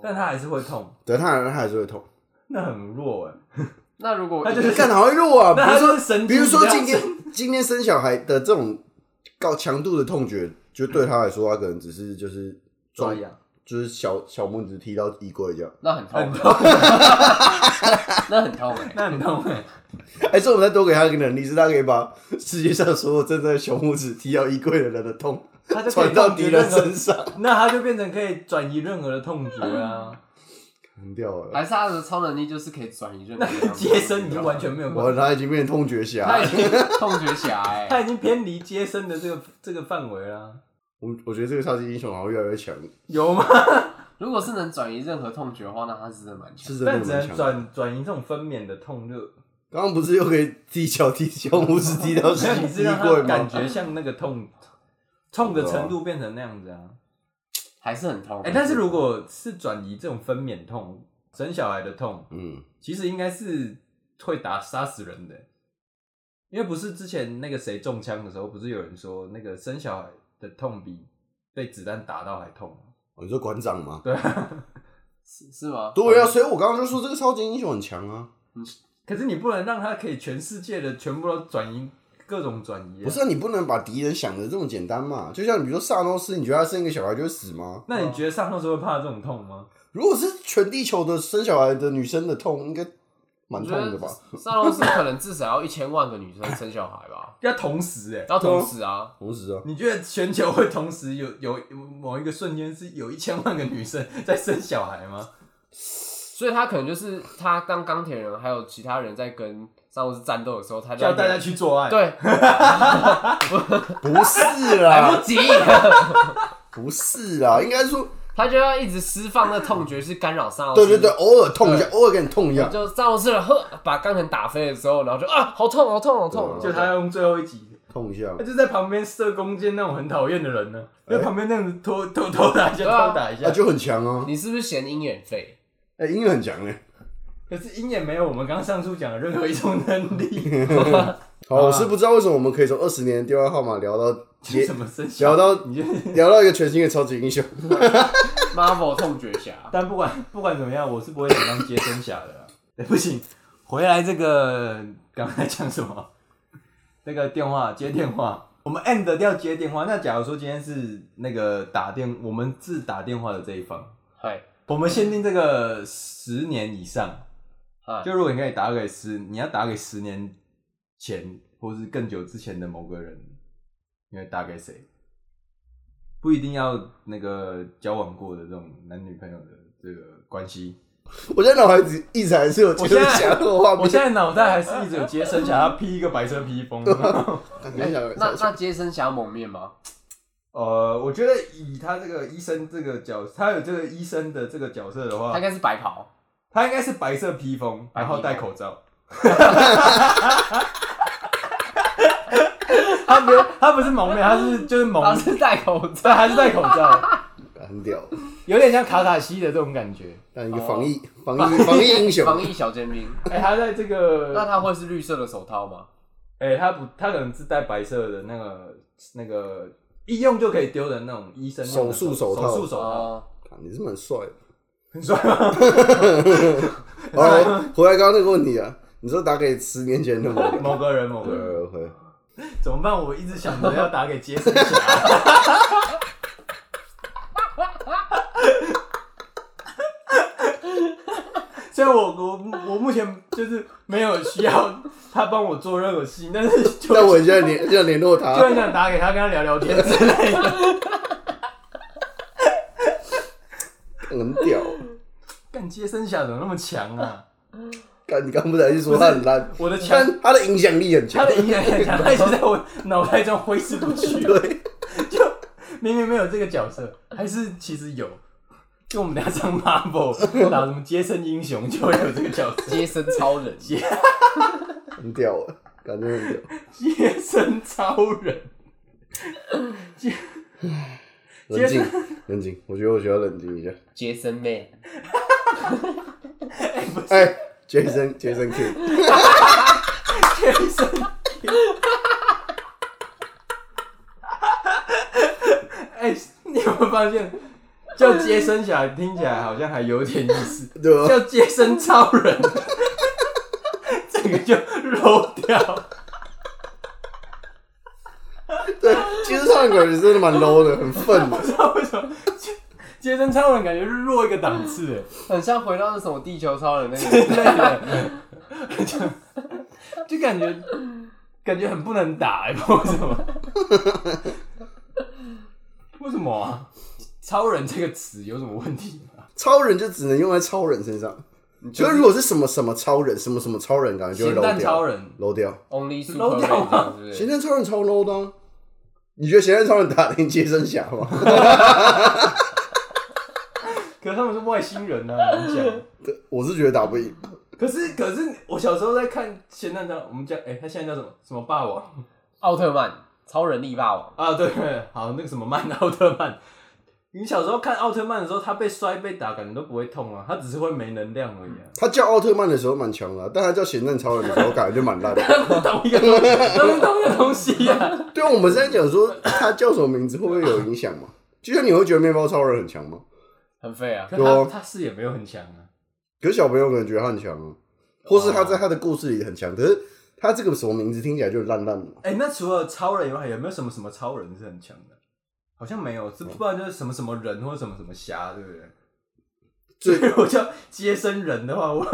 [laughs] 但他还是会痛，对，他他还是会痛。那很弱哎、那如果那就是干好会弱啊！那比他如就说是神经比如说比较今天今天生小孩的这种高强度的痛觉，就对他来说，他可能只是就是抓撞，痒，就是小小拇指踢到衣柜这样。那很痛，很痛，那很痛哎、那很痛哎、还是我们再多给他一个能力，是他可以把世界上所有正在熊拇指踢到衣柜的人的痛他就可传以到痛敌觉人任何身上，那他就变成可以转移任何的痛觉啊。很屌了。哎还是他的超能力就是可以转移任何地那方接生你就完全没有我关，他已经变成痛觉哎侠他已，经痛觉侠 [laughs] 哎、他已经偏离接生的这个这个范围啊啦。我我觉得这个超级英雄好像越来越强，有 [laughs] 吗？如果是能转移任何痛觉的话，那他是真的蛮强是。真的但只蛮能强的。转转移这种分娩的痛热，刚刚不是又可以踢脚踢小拇指踢到没有 [laughs] 你是衣让柜他吗感？觉像那个痛 [laughs] 啊痛的程度变成那样子啊。还是很痛。哎、但是如果是转移这种分娩痛，生小孩的痛，嗯，其实应该是会打杀死人的，因为不是之前那个谁中枪的时候，不是有人说那个生小孩的痛比被子弹打到还痛吗？ [laughs] 哦你说馆长吗？对啊，是是吗？对啊，所以我刚刚就说这个超级英雄很强啊。可是你不能让他可以全世界的全部都转移各种转移、不是、啊，你不能把敌人想的这么简单嘛？就像比如说萨诺斯，你觉得他生一个小孩就会死吗？那你觉得上头是会怕这种痛吗？如果是全地球的生小孩的女生的痛，应该蛮我痛觉得的吧？沙龙是可能至少要一千万个女生生小孩吧，要同时哎、要同时啊，同时啊，你觉得全球会同时有有某一个瞬间是有一千万个女生在生小孩吗？所以他可能就是他当钢铁人，还有其他人在跟沙龙斯战斗的时候，他就叫大家去做爱？，对，不是 [laughs] 来不啦，及，不是啦，应该说， [laughs] 他就要一直释放那痛觉去干扰沙龙斯。对对对，偶尔痛一下，偶尔给你痛一下，就沙龙斯人呵把钢铁打飞的时候，然后就啊，好痛，好痛，好痛！就他用最后一集痛一下他。就在旁边射弓箭那种很讨厌的人呢，在旁边那样子偷偷偷打一下，对啊偷打一啊，下。就很强啊！你是不是嫌鹰眼废？哎、音乐很强哎、可是鹰眼没有我们刚刚上述讲的任何一种能力，啊好，我是不知道为什么我们可以从二十年的电话号码聊到就结，什么生聊肖？到你就聊到一个全新的超级英雄。 [laughs] Marvel 痛觉侠但不管不管怎么样，我是不会想当接生侠的啦。对不行，回来这个刚才讲什么？那个电话接电话，我们 end 掉接电话。那假如说今天是那个打电，我们是打电话的这一方，嗨我们限定这个十年以上。嗨，就如果你可以打给十，你要打给十年前或是更久之前的某个人，你会打给谁？不一定要那个交往过的这种男女朋友的这个关系。我现在脑海里一直还是有杰森侠的画我面，现在脑 [laughs] 袋还是一直有接生，想要披一个白色披风。感觉想那那接生侠蒙面吗？ [laughs] 呃，我觉得以他这个医生这个角，他有这个医生的这个角色的啊他话应，该是白袍。他应该是白色披风，白然披风后戴口 [laughs] 罩。他不，他不是蒙面，他是就是蒙他是戴口对，罩，还是戴口罩，很屌，有点像卡卡西的这种感觉。但一个哦防疫、防疫防疫英雄，防疫小尖兵。哎、他在这那个，他会是绿色的手套吗？哎、他不，他可能是戴白色的那个那个一用就可以丢的那种医生用的手术手套手术手套，哦，啊你是蛮帅的。很帅 [laughs] 吗？哦，回来刚刚那个问题啊，你说打给十年前的吗？ [laughs] 某个人，某个人呃，回怎么办？我一直想着要打给杰森侠， [laughs] 虽然我我我目前就是没有需要他帮我做任何事情，但是 [laughs] 就但我现在联就想联络就 [laughs] 他，很想打给他，跟他聊聊天之类的。很屌。干接生侠怎么那么强啊？干，你刚不才是说他很烂，我的强，但 [laughs] 他的影响力很他强的。影响力很强，他一直在我脑袋中挥之不去。对，就 [laughs] 明明没有这个角色，还是其实有。就我们等一下上 Marvel 打什么接生英雄，就会有这个角色。接生超人，很屌啊，感觉很 [laughs] 屌。 [laughs] 接生超人，冷静，冷静，我觉得我需要冷静一下。接生妹，哎，杰森，杰森 King，接生。哎、你有没有发现，叫接生侠听起来好像还有点意思， [laughs] 对吧？ [laughs] 叫接生超人， [laughs] 整个就漏掉。对，其实唱感觉真的蛮 low 的，很愤的。不知道为什么，接接生超人感觉是弱一个档次哎。很像回到那什么地球超人那 [laughs] 个就感觉感觉很不能打、欸，不知道为什么？ [laughs] 为什么啊？超人这个词有什么问题吗？超人就只能用在超人身上，就就是是如果是什么什么超人，什么什么超人，感觉就会咸 low 蛋超掉人， ，low 掉。 Only 漏 Super 掉吗 Man，对不咸对？蛋超人超 low 的啊、你觉得咸蛋超人打得赢杰森侠吗？ [laughs] 可是他们是外星人呢、啊，你讲。对我是觉得打不赢。可是可是我小时候在看咸蛋超人，我们叫哎、他现在叫什么什么霸王奥特曼，超人力霸王，啊？对，好那个什么曼奥特曼。你小时候看奥特曼的时候，他被摔被打，感觉都不会痛啊，他只是会没能量而已啊。他叫奥特曼的时候蛮强的啊、但他叫咸蛋超人的时候感觉就蛮烂的。同一个东西，都是同一个东西呀、啊。 [laughs] 对，我们是在讲说他叫什么名字会不会有影响嘛？就像你会觉得面包超人很强吗？很废啊。可对他啊他视野没有很强啊，可是小朋友可能觉得他很强啊，或是他在他的故事里很强，可是他这个什么名字听起来就烂烂的。哎、那除了超人以外，有没有什么什么超人是很强的？好像没有，这不然就是什么什么人或者什么什么侠，对不对？所最以 [laughs] 我叫接生人的话，我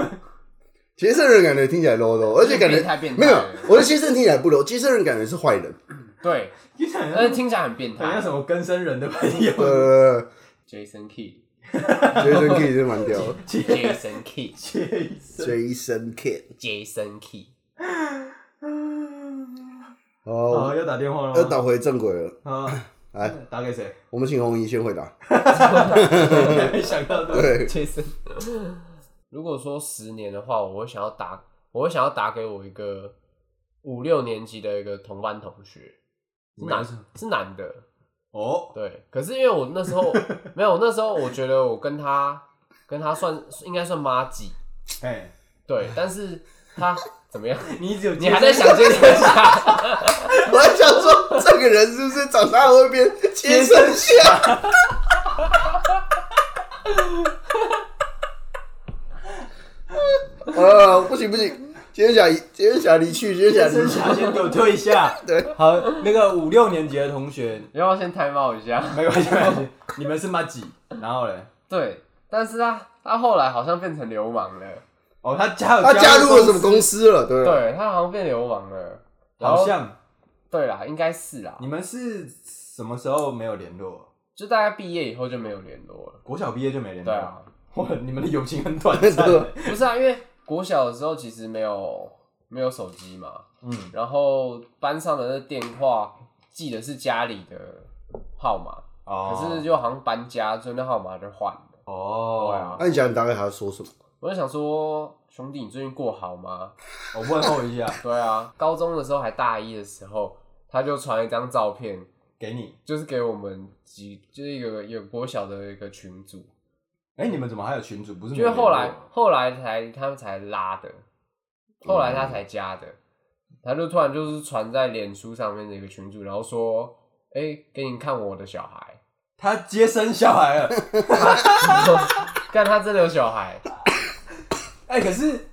[laughs] 杰森人感觉听起来 low low，而且感觉变态变没态有，我的杰森听起来不 low，杰森人感觉是坏人。 [laughs] 对，你想但像是听起来很变很像态什。么根生人的朋友，呃， Jason Kidd，Jason 杰森 K 是蛮屌的，接 Kidd，Jason 接生。杰森 K。 Kidd，哦好，，要打电话了吗？要打回正轨了。好，来，打 [laughs] 给谁？我们请红姨先回答。没想到的。对， Jason。如 [laughs] 果说十年的话，我会想要打，我会想要打给我一个五六年级的一个同班同学，是没男事是男的，哦，对。可是因为我那 [laughs] 时候没有，那时候我觉得我跟他跟他算应该算妈几，哎，对。但是他 [laughs] 怎么样？你只有你还在想这啊 [laughs] 个下？我还想说，这个人是不是长大会变杰森侠？啊，不行不行，杰森侠离，杰森侠离去，杰接森侠离去。生侠先给我退一下。对，好，那个五六年级的同学，你要不要先 time out 一下？没关系，没关系，你们是妈几？然后嘞，对，但是他他后来好像变成流氓了，哦，他加他加入了什么司？公司了？对不啊对？对他好像变流氓了，然后好像对啦，应该是啦你，们是什么时候没有联络？就大概毕业以后就没有联络了。国小毕业就没联络？对啊，哇，你们的友情很短 [laughs] 暂欸。不是啊，因为国小的时候其实没有没有手机嘛，嗯，然后班上的那电话记的是家里的号码，哦，可是就好像搬家，所以那号码就换了。哦，对啊那你想你大概还要说什么？我就想说，兄弟，你最近过好吗？我问候一下，对啊，高中的时候还大一的时候，他就传一张照片，给你。就是给我们几，就是一个有国小的一个群组，哎，你们怎么还有群主？不是没就有是联络后来后来才他们才拉的，后来嗯他才加的，他就突然就是传在脸书上面的一个群组，然后说，哎、给你看我的小孩，他接生小孩了。看他真的有小 [laughs] 孩，哎，可是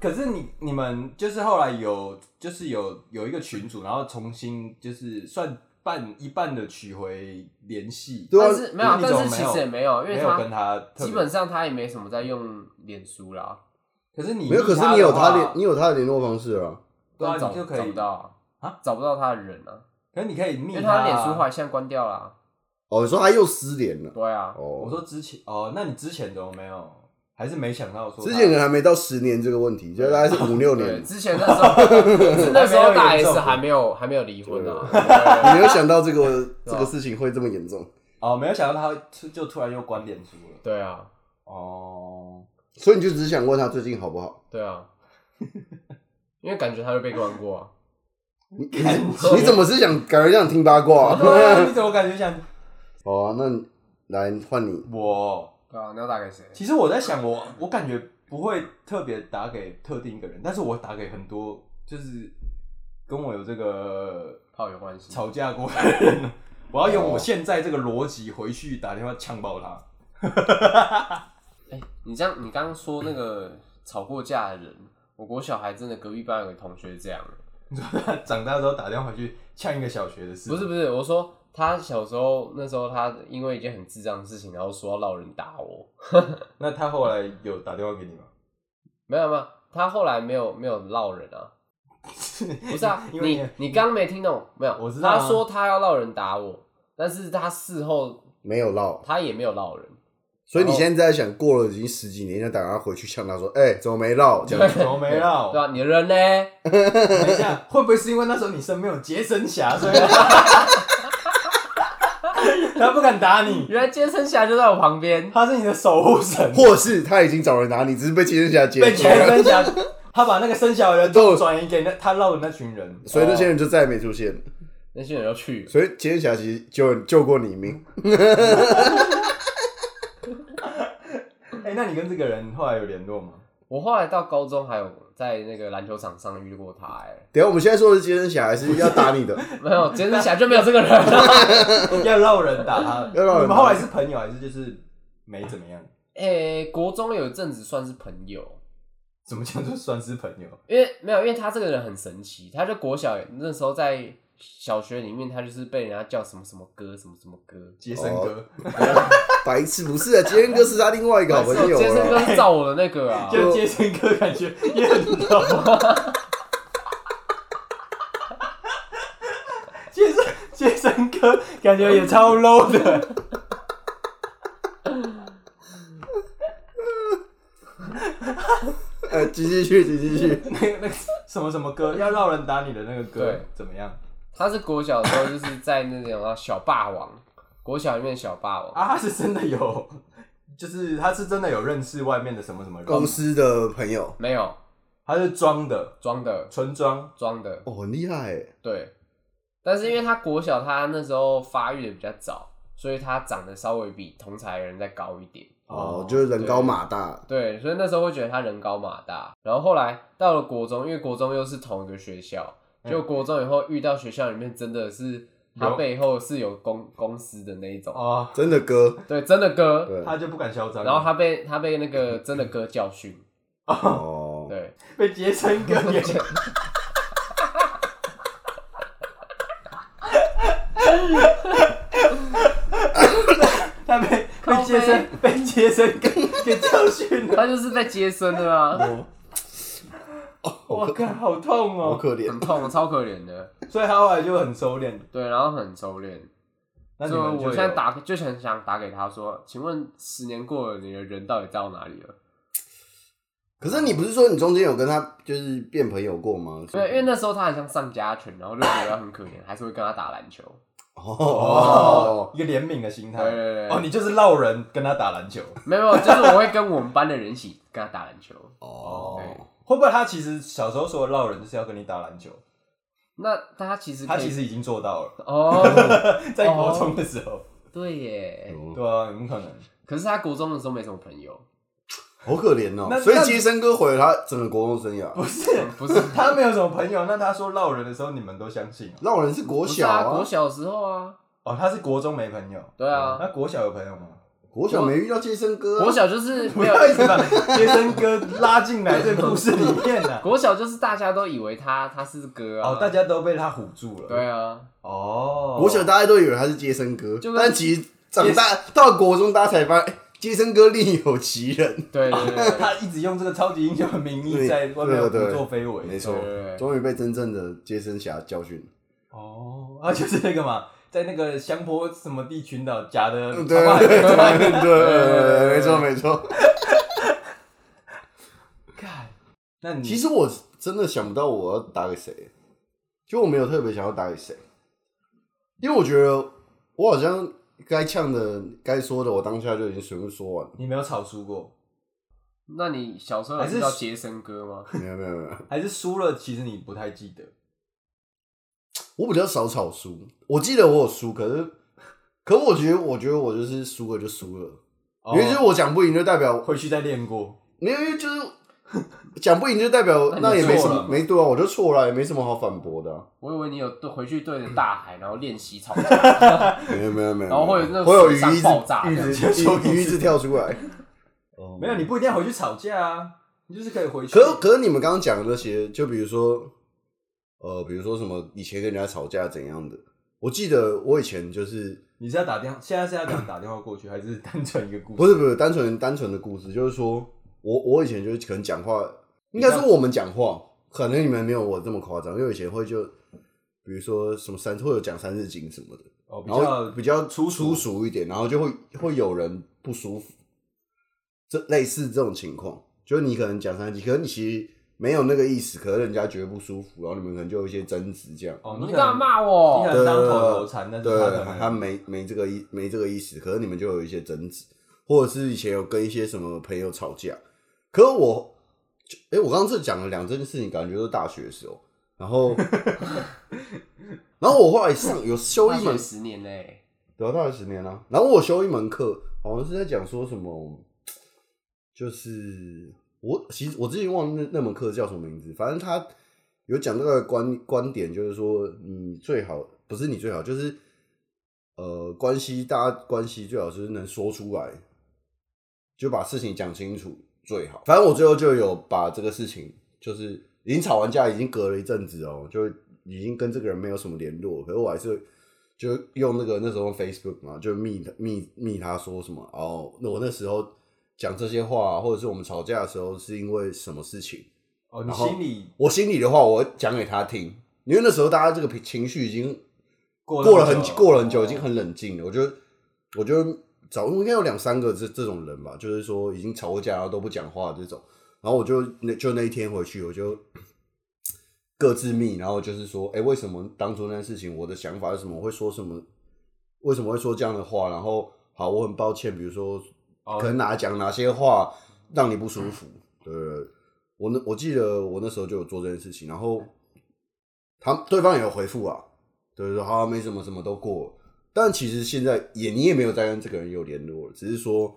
可是你你们就是后来有就是有有一个群主，然后重新就是算半一半的取回联系，对啊但，是没有，一种但是其实也没有，因为没有跟他他特别基本，上他也没什么在用脸书啦，可是你没有，密可是他你有的话他联，你有他的联络方式啊。对啊但找你就可以找不到啊，找不到他的人啊，可是你可以密因为他他啊脸书后来现在关掉了。啊哦，你说他又失联了？对啊，哦，我说之前哦，那你之前怎么没有？还是没想到说之他前可能还没到十年这个问题，就大概是五六对，年，之前那时候 [laughs] 那时候大 S 还没有还没有离婚啊，对你没有想到这个这个事情会这么严重，哦，没有想到他突就突然又关脸书了 [laughs] 对啊，哦。所以你就只想问他最近好不 [laughs] 好？对 [laughs] 啊，因为感觉他就被关过啊，你怎么是想感觉想听八卦、 [laughs] 对啊，你怎么感觉像 [laughs] 好啊，那你来换你，我？对啊，那要打给谁？其实我在想我，我感觉不会特别打给特定一个人，但是我打给很多就是跟我有这个炮友关系，吵架过的人，我要用我现在这个逻辑回去打电话呛爆他。你这样，你刚刚说那个吵过架的人，我国小还真的隔壁班有个同学这样，你知道他长大之后打电话回去呛一个小学的事，不是不是，我说他小时候那时候他因为一件很智障的事情，然后说要闹人打我，那他后来有打电话给你吗？，没有没有，他后来没有没有闹人啊， [laughs] 不是啊 [laughs] 因为你你刚没听懂没有？我知道啊他说他要闹人打我，但是他事后没有唠，他也没有闹人，所以你现在在想过了已经十几年，要打电话回去呛他说，哎、怎么没唠？这怎样 [laughs] 么没了？对啊，你的人呢？等一 [laughs] 下，会不会是因为那时候你身边有杰森侠，所以 [laughs] 他不敢打你？原来健身侠就在我旁边，他是你的守护神，或是他已经找人打你，只是被接生侠接被住杰了，森侠，他把那个生小的人都转移给那他绕的那群人，哦所以那些人就再也没出现。那些人要去。所以接生侠其实救救过你一命，哎、那你跟这个人后来有联 [laughs] 络吗？我后来到高中还有在那个篮球场上遇过他、欸，等一下我们现在说的是接生侠，还是要打你的？ [laughs] 没有健身侠就没有这个人 [laughs] 了。要绕人打他，要绕人打你们后来是朋友还是就是没怎么样？诶、国中有一阵子算是朋友，怎么叫做算是朋友？因为没有，因为他这个人很神奇，他就国小那时候在小学里面，他就是被人家叫什么什么哥，什么什么哥。杰森哥，白痴不是啊，杰森哥是他另外一个好朋友哦健身啊。哥照我的那个哦 [laughs] 啊，就杰森哥感觉也很啊逗。 [laughs] 杰森杰森哥感觉也超 low 的。呃，继续去，继续去。那个那个什么什么歌，要让人打你的那个歌对怎么样？他是国小的时候就是在那种啊小霸王，国小里面的小霸王。啊，他是真的有， [laughs] 就是他是真的有认识外面的什么什么公人，司的朋友，没有他是装的，装的纯装。装的，哦，很厉害欸。对，但是因为他国小他那时候发育的比较早，所以他长得稍微比同才的人再高一点。哦，就是人高马大，对，所以那时候会觉得他人高马大。然后后来到了国中，因为国中又是同一个学校，就国中以后遇到学校里面真的是他有背后是有公公司的那一种，哦，真的哥。对，真的哥。对，他就不敢嚣张。然后他被他被那个真的哥教训，哦，对，被杰森哥 [laughs] 给他被被杰森被杰森哥给教训了，他就是被接生的啊，我靠，好痛好哦！可怜很。痛，超可怜的。所以他后来就很收敛。对，然后很收敛，那你所以们就我有现在打就很想打给他说，请问十年过了，你的人到底到哪里了？可是你不是说你中间有跟他就是变朋友过吗？对，因为那时候他很像上家拳，然后就觉得很可怜，还是会跟他打篮球。哦哦，一个怜悯的心态。对对对对哦，你就是闹人跟他打篮球。没有，没有就是我会跟我们班的人一起跟他打篮球。哎哦，会不会他其实小时候说的闹人就是要跟你打篮球？那他其实可他以其实已经做到了， [laughs] 哦，在国中的时候。哎对耶。对啊，有没有可能？可是他国中的时候没什么朋友，好可怜哦那。所以杰森哥毁了他整个国中生涯。不是，不是他没有什么朋友，那他说闹人的时候，你们都相信哦。让人是国不是小啊，啊国，小的时候啊，哦，他是国中没朋友，对啊，那国小有朋友吗？国小没遇到接生哥、啊，国小就是不 [laughs] [laughs] 没有要一直把接生哥拉进来这个故事里面啊！ [laughs] 国小就是大家都以为他他是哥啊，哦，大家都被他唬住了。对，啊，哦，国小大家都以为他是接生哥就，跟但其实长大到国中，大家才发现，哎接生哥另有其人。对对对对 [laughs] 对他一直用这个超级英雄的名义对在外面胡对对对作非为。没错对对，终于被真正的接生侠教 [laughs] 训。哦，啊， [laughs] 就是那个嘛，在那个香坡什么地群岛假的，嗯对啊好吧对对，没错没错。干那你其实我真的想不到我要打给谁，就我没有特别想要打给谁，因为我觉得我好像该呛的、该说的，我当下就已经全部说完了。你没有吵输过，那你小时候有知道杰森哥吗？没有没有没有，还是输了？其实你不太记得。我比较少吵输，我记得我有输，可是可我觉得我觉得我就是输了就输了，哦因为就是我讲不赢就代表回去再练过。没有，因为就是讲不赢就代表那那你也就没什错了么嘛没对啊，我就错了，也没什么好反驳的啊、我以为你有对回去对着大海，然后练习吵架，没有没有没有，然后会有那种会有鱼水上一爆炸直这鱼样子鱼鱼一直跳出来。哦没有，你不一定要回去吵架啊，你就是可以回去。可可是你们刚刚讲的那些，就比如说，呃，比如说什么以前跟人家吵架怎样的，我记得我以前就是你是要打电话，现在是要讲打电话过去，还是单纯一个故不事？是不是单纯单纯的故事，就是说我我以前就是可能讲话，应该说我们讲话，可能你们没有我这么夸张，因为我以前会就比如说什么三会有讲三字经什么的，哦，比然后较比较粗粗俗俗一点，然后就会会有人不舒服，这类似这种情况，就是你可能讲三集，可能你其实没有那个意思，可是人家觉得不舒服，然后你们可能就有一些争执这样。 [laughs] 哦，你你干嘛嘛？骂你我可？能当头头禅，但是哦对他可，他能没没这个意没这个意思，可是你们就有一些争执，或者是以前有跟一些什么朋友吵架，可是我，哎、我刚刚这讲了两件事情，感觉都是大学的时候，然 [laughs] 后，然后我后来上有修大一学门十年嘞，对啊，大学十年啦、然后我修一门课，好像是在讲说什么，就是我其实我之前忘了那那门课叫什么名字，反正他有讲这个观观点，就是说你最好不是你最好，就是呃关系大家关系最好就是能说出来，就把事情讲清楚最好。反正我最后就有把这个事情，就是已经吵完架，已经隔了一阵子哦，就已经跟这个人没有什么联络，可是我还是就用那个那时候 Facebook 嘛，就密他密密他说什么哦，那我那时候讲这些话，或者是我们吵架的时候是因为什么事情，哦，你然后心里我心里的话我讲给他听，因为那时候大家这个情绪已经过过了很很久，过了很久，已经很冷静了。我觉得，我觉得早应该有两三个这这种人吧，就是说已经吵过架然后都不讲话这种。然后我就那就那一天回去，我就各自密，然后就是说，哎、为什么当初那件事情，我的想法是什么，我会说什么，为什么会说这样的话？然后好，我很抱歉，比如说哦可能哪讲哪些话让你不舒服，对对对我那我记得我那时候就有做这件事情，然后他对方也有回复啊，对，说好、啊、没什么，什么都过了。但其实现在也你也没有再跟这个人有联络了，只是说，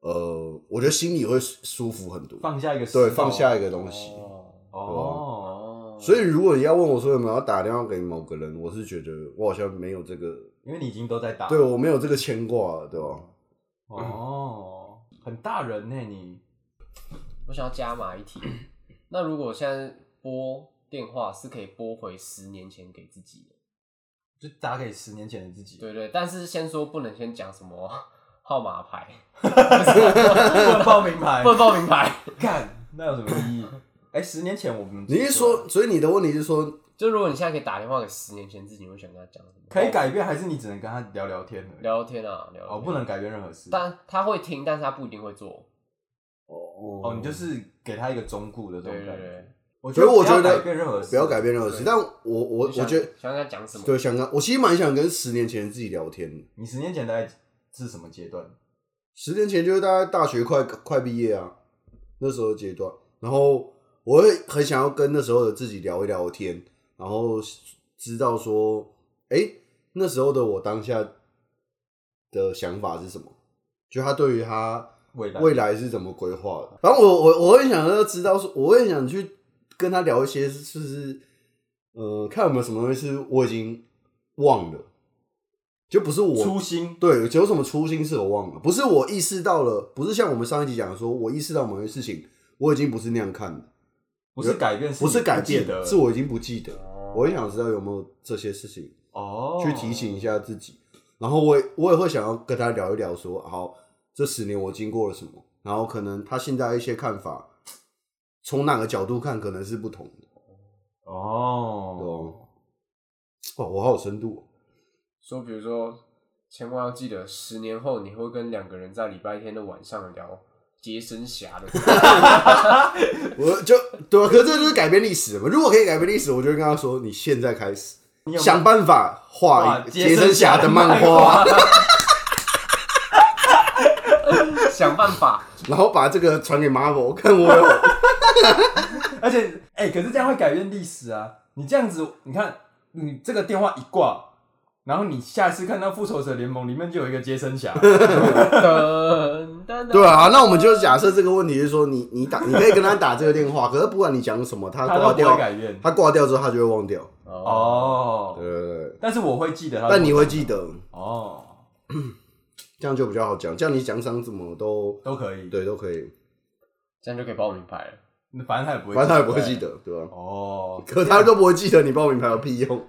呃，我觉得心里会舒舒服很多，哦放下一个石头对，放下一个东西。哦哦，哦，所以如果你要问我说有没有要打电话给某个人，我是觉得我好像没有这个，因为你已经都在打对我没有这个牵挂，对吧？哦，很大人呢你我想要加码一题。那如果现在拨电话是可以拨回十年前给自己的，就打给十年前的自己，对对，但是先说不能先讲什么 [laughs] 号码 [laughs] 牌， [laughs] 不能报名牌不，能报名牌。干那有什么意义？哎，十年前我们你是说，啊所以你的问题是说，就如果你现在可以打电话给十年前自己，你会想跟他讲什么？可以改变，还是你只能跟他聊聊天而已？聊聊天啊，聊聊天哦，不能，改变任何事。但他会听，但是他不一定会做。哦哦，你就是给他一个忠固的这对种对感对觉。，我所以我觉不要得改变任何事，不要改变任何事对。但我我我想觉得，想跟他讲什么？对，想跟我其实蛮想跟十年前自己聊天的。你十年前大概是什么阶段？十年前就是大家大学快快毕业啊，那时候的阶段，然后我会很想要跟那时候的自己聊一聊天，然后知道说，哎、那时候的我当下的想法是什么，就他对于他未来未来是怎么规划的。然后我我我会想要知道说，我会想去跟他聊一些，就是呃，看有没有什么东西是我已经忘了，就不是我初心，对，有什么初心是我忘了，不是我意识到了，不是像我们上一集讲的说，我意识到某些事情，我已经不是那样看了，不是改变，不是改变的，是我已经不记得。我也想知道有没有这些事情，哦，去提醒一下自己。然后我也我也会想要跟他聊一聊说好，这十年我经过了什么，然后可能他现在一些看法，从哪个角度看可能是不同的。哦，哦，哇，我好有深度、哦。说比如说，千万要记得，十年后你会跟两个人在礼拜天的晚上聊杰森侠的故事， [laughs] 我就对啊，可是这就是改变历史嘛。如果可以改变历史，我就会跟他说：“你现在开始你有没有想办法画画一个杰杰森森侠侠的的漫漫画，想办法。然后把这个传给 Marvel，看我 [laughs] 有。 [laughs] 而且哎、可是这样会改变历史啊！你这样子，你看你这个电话一挂，然后你下次看到复仇者联盟里面就有一个杰 [laughs] 森侠，噔噔噔对啊，那我们就假设这个问题是说，你你打，你可以跟他打这个电话，可是不管你讲什么，他他都挂不会掉，改变他挂掉之后他就会忘掉。哦，哦对。对对，但是我会记得他，但你会记得，哦，这样就比较好讲。这样你讲想怎么都都可以，对都可以，这样就可以报名牌了。反正他也不会，反正他也不会记。得，对吧？哦，可他都不会记得，你报名牌有哦屁用？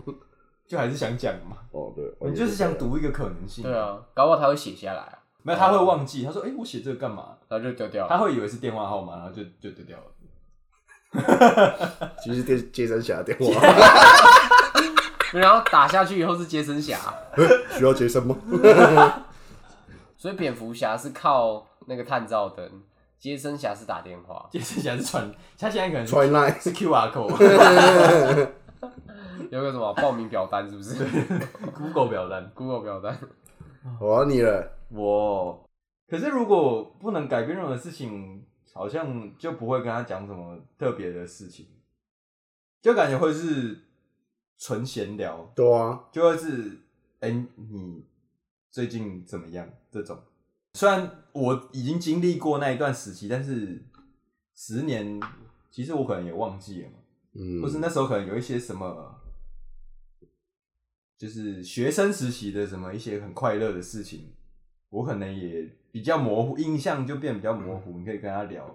就还是想讲嘛，哦，对，你就是想赌一个可能性。对，啊，搞不好他会写下来啊，没有他会忘记，他说：“哎，我写这个干嘛然后就丢？”掉他了。会以为是电话号码，然后就就丢掉了。其实接接生侠电话然后打下去以后是杰森侠， [laughs] 需要接生吗？所以蝙蝠侠是靠那个探照灯，杰森侠是打电话。杰森侠是传，他现在可能传 line 是 QR code、 [laughs] 有个什么报名表单是 [laughs] 不是 Google 表单。 ？Google 表单。我要啊你了，我可是如果不能改变任何事情，好像就不会跟他讲什么特别的事情，就感觉会是纯闲聊，对啊，就会是哎、你最近怎么样这种。虽然我已经经历过那一段时期，但是十年其实我可能也忘记了嘛，嗯，或是那时候可能有一些什么。就是学生时期的什么一些很快乐的事情，我可能也比较模糊，印象就变比较模嗯糊。你可以跟他聊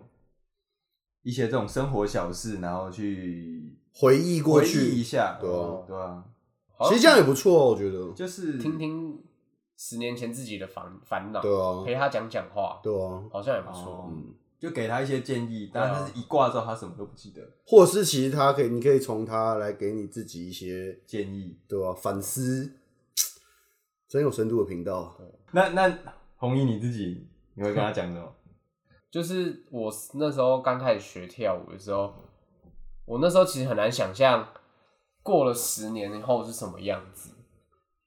一些这种生活小事，然后去回忆过回忆一去，下，对啊对啊， [laughs] 其实这样也不错哦，我觉得，就是听听十年前自己的烦烦恼，对啊陪他讲讲话，对啊，好像也不错。啊哦就给他一些建议，但是一挂之后他什么都不记得，或者是其实他可以，你可以从他来给你自己一些，建议。对吧？反思，真有深度的频道，啊那那红衣你自己，你会跟他讲什么？就是我那时候刚开始学跳舞的时候，我那时候其实很难想象过了十年以后是什么样子，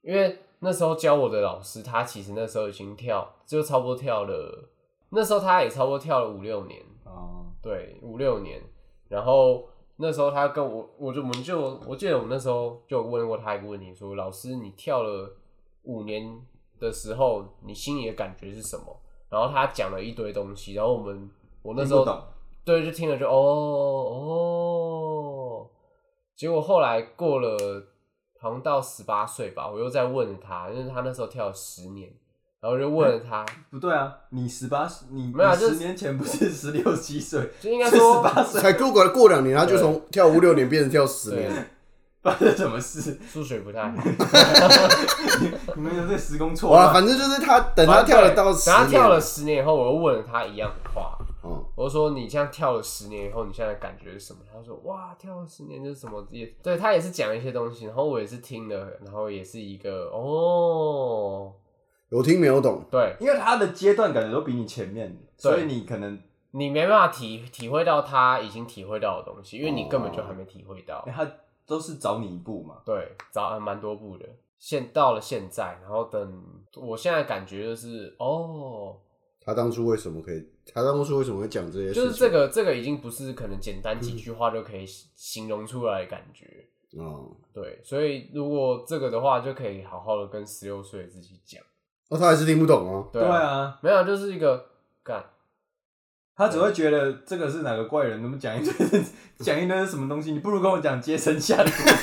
因为那时候教我的老师，他其实那时候已经跳，就差不多跳了，那时候他也差不多跳了五六年，哦，对，五六年。然后那时候他跟我，我就我们就我记得我们那时候就有问过他一个问题，说老师，你跳了五年的时候，你心里的感觉是什么？然后他讲了一堆东西，然后我们我那时候听不懂对就听了就哦哦，结果后来过了好像到十八岁吧，我又再问他，因为他那时候跳了十年，然后就问了他，不对啊，你十八，你没有啊你就十年前不是十六七岁，就应该是说十八岁，才过过过两年，他就从跳五六年变成跳十对年，，发生什么事？数学不太好。你们有这时空错好了，乱？反正就是他等他跳了到对十等他年，跳了，十年以后，我又问了他一样的话，嗯，我说你这样跳了十年以后，你现在的感觉是什么？他说哇，跳了十年这是什么？也对他也是讲一些东西，然后我也是听了，然后也是一个哦，有听没有懂，对因为他的阶段感觉都比你前面，所以你可能你没办法体体会到他已经体会到的东西，因为你根本就还没体会到。哎他都是找你一步嘛。对，早还蛮多步的。现到了现在，然后等我现在感觉就是哦，他当初为什么可以，他当初为什么会讲这些事情？就是这个这个已经不是可能简单几句话就可以形容出来的感觉。嗯，对，所以如果这个的话，就可以好好的跟十六岁的自己讲。那哦他还是听不懂啊，对啊，啊，没有，就是一个干，他只会觉得这个是哪个怪人，怎么讲一堆 [laughs] 讲一堆是什么东西？你不如跟我讲接生下的故事。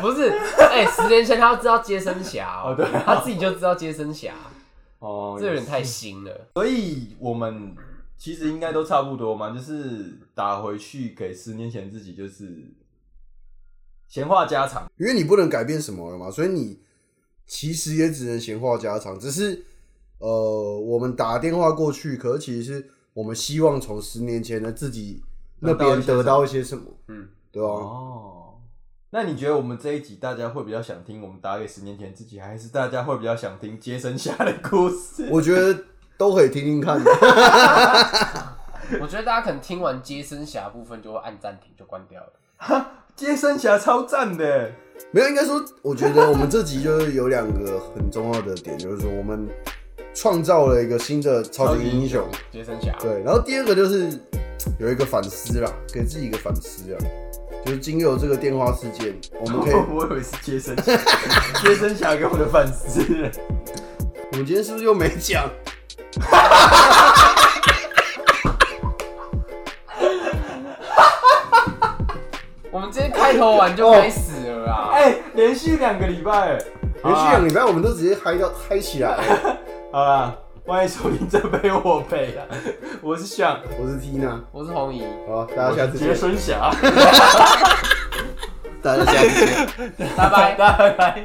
不哎、十年前他知道接生侠、哦对啊 [laughs] 他自己就知道接生侠， [laughs] 哦，这有点太新了。所以我们其实应该都差不多嘛，就是打回去给十年前自己，就是闲话家常。因为你不能改变什么了嘛，所以你其实也只能闲话家常。只是呃，我们打电话过去，可是其实是我们希望从十年前的自己那边得到一些什么，嗯，对啊？哦，那你觉得我们这一集大家会比较想听我们打给十年前自己，还是大家会比较想听接生下的故 [laughs] 事？我觉得都可以听听看的。 [laughs] 我觉得大家可能听完接生侠部分就会按暂停就关掉了。接生侠超赞的，，没有，应该说，我觉得我们这集就是有两个很重要的点，就是说我们创造了一个新的超级哦英雄，接生侠，对。然后第二个就是有一个反思啦，给自己一个反思啦，就是经由这个电话事件，我们可以我以为是接生侠，接生侠给我的反思。我们今天是不是又没讲？我们今天开头完就开始了啦。 [laughs] 哎、连续两个礼拜，连续两个礼拜我们都直接嗨到嗨起来了。好啦，欢迎收听这杯我杯啦，我是想我是 Tina，我是红姨，好，大家下次见接，生侠。大家下次见。拜拜。拜拜。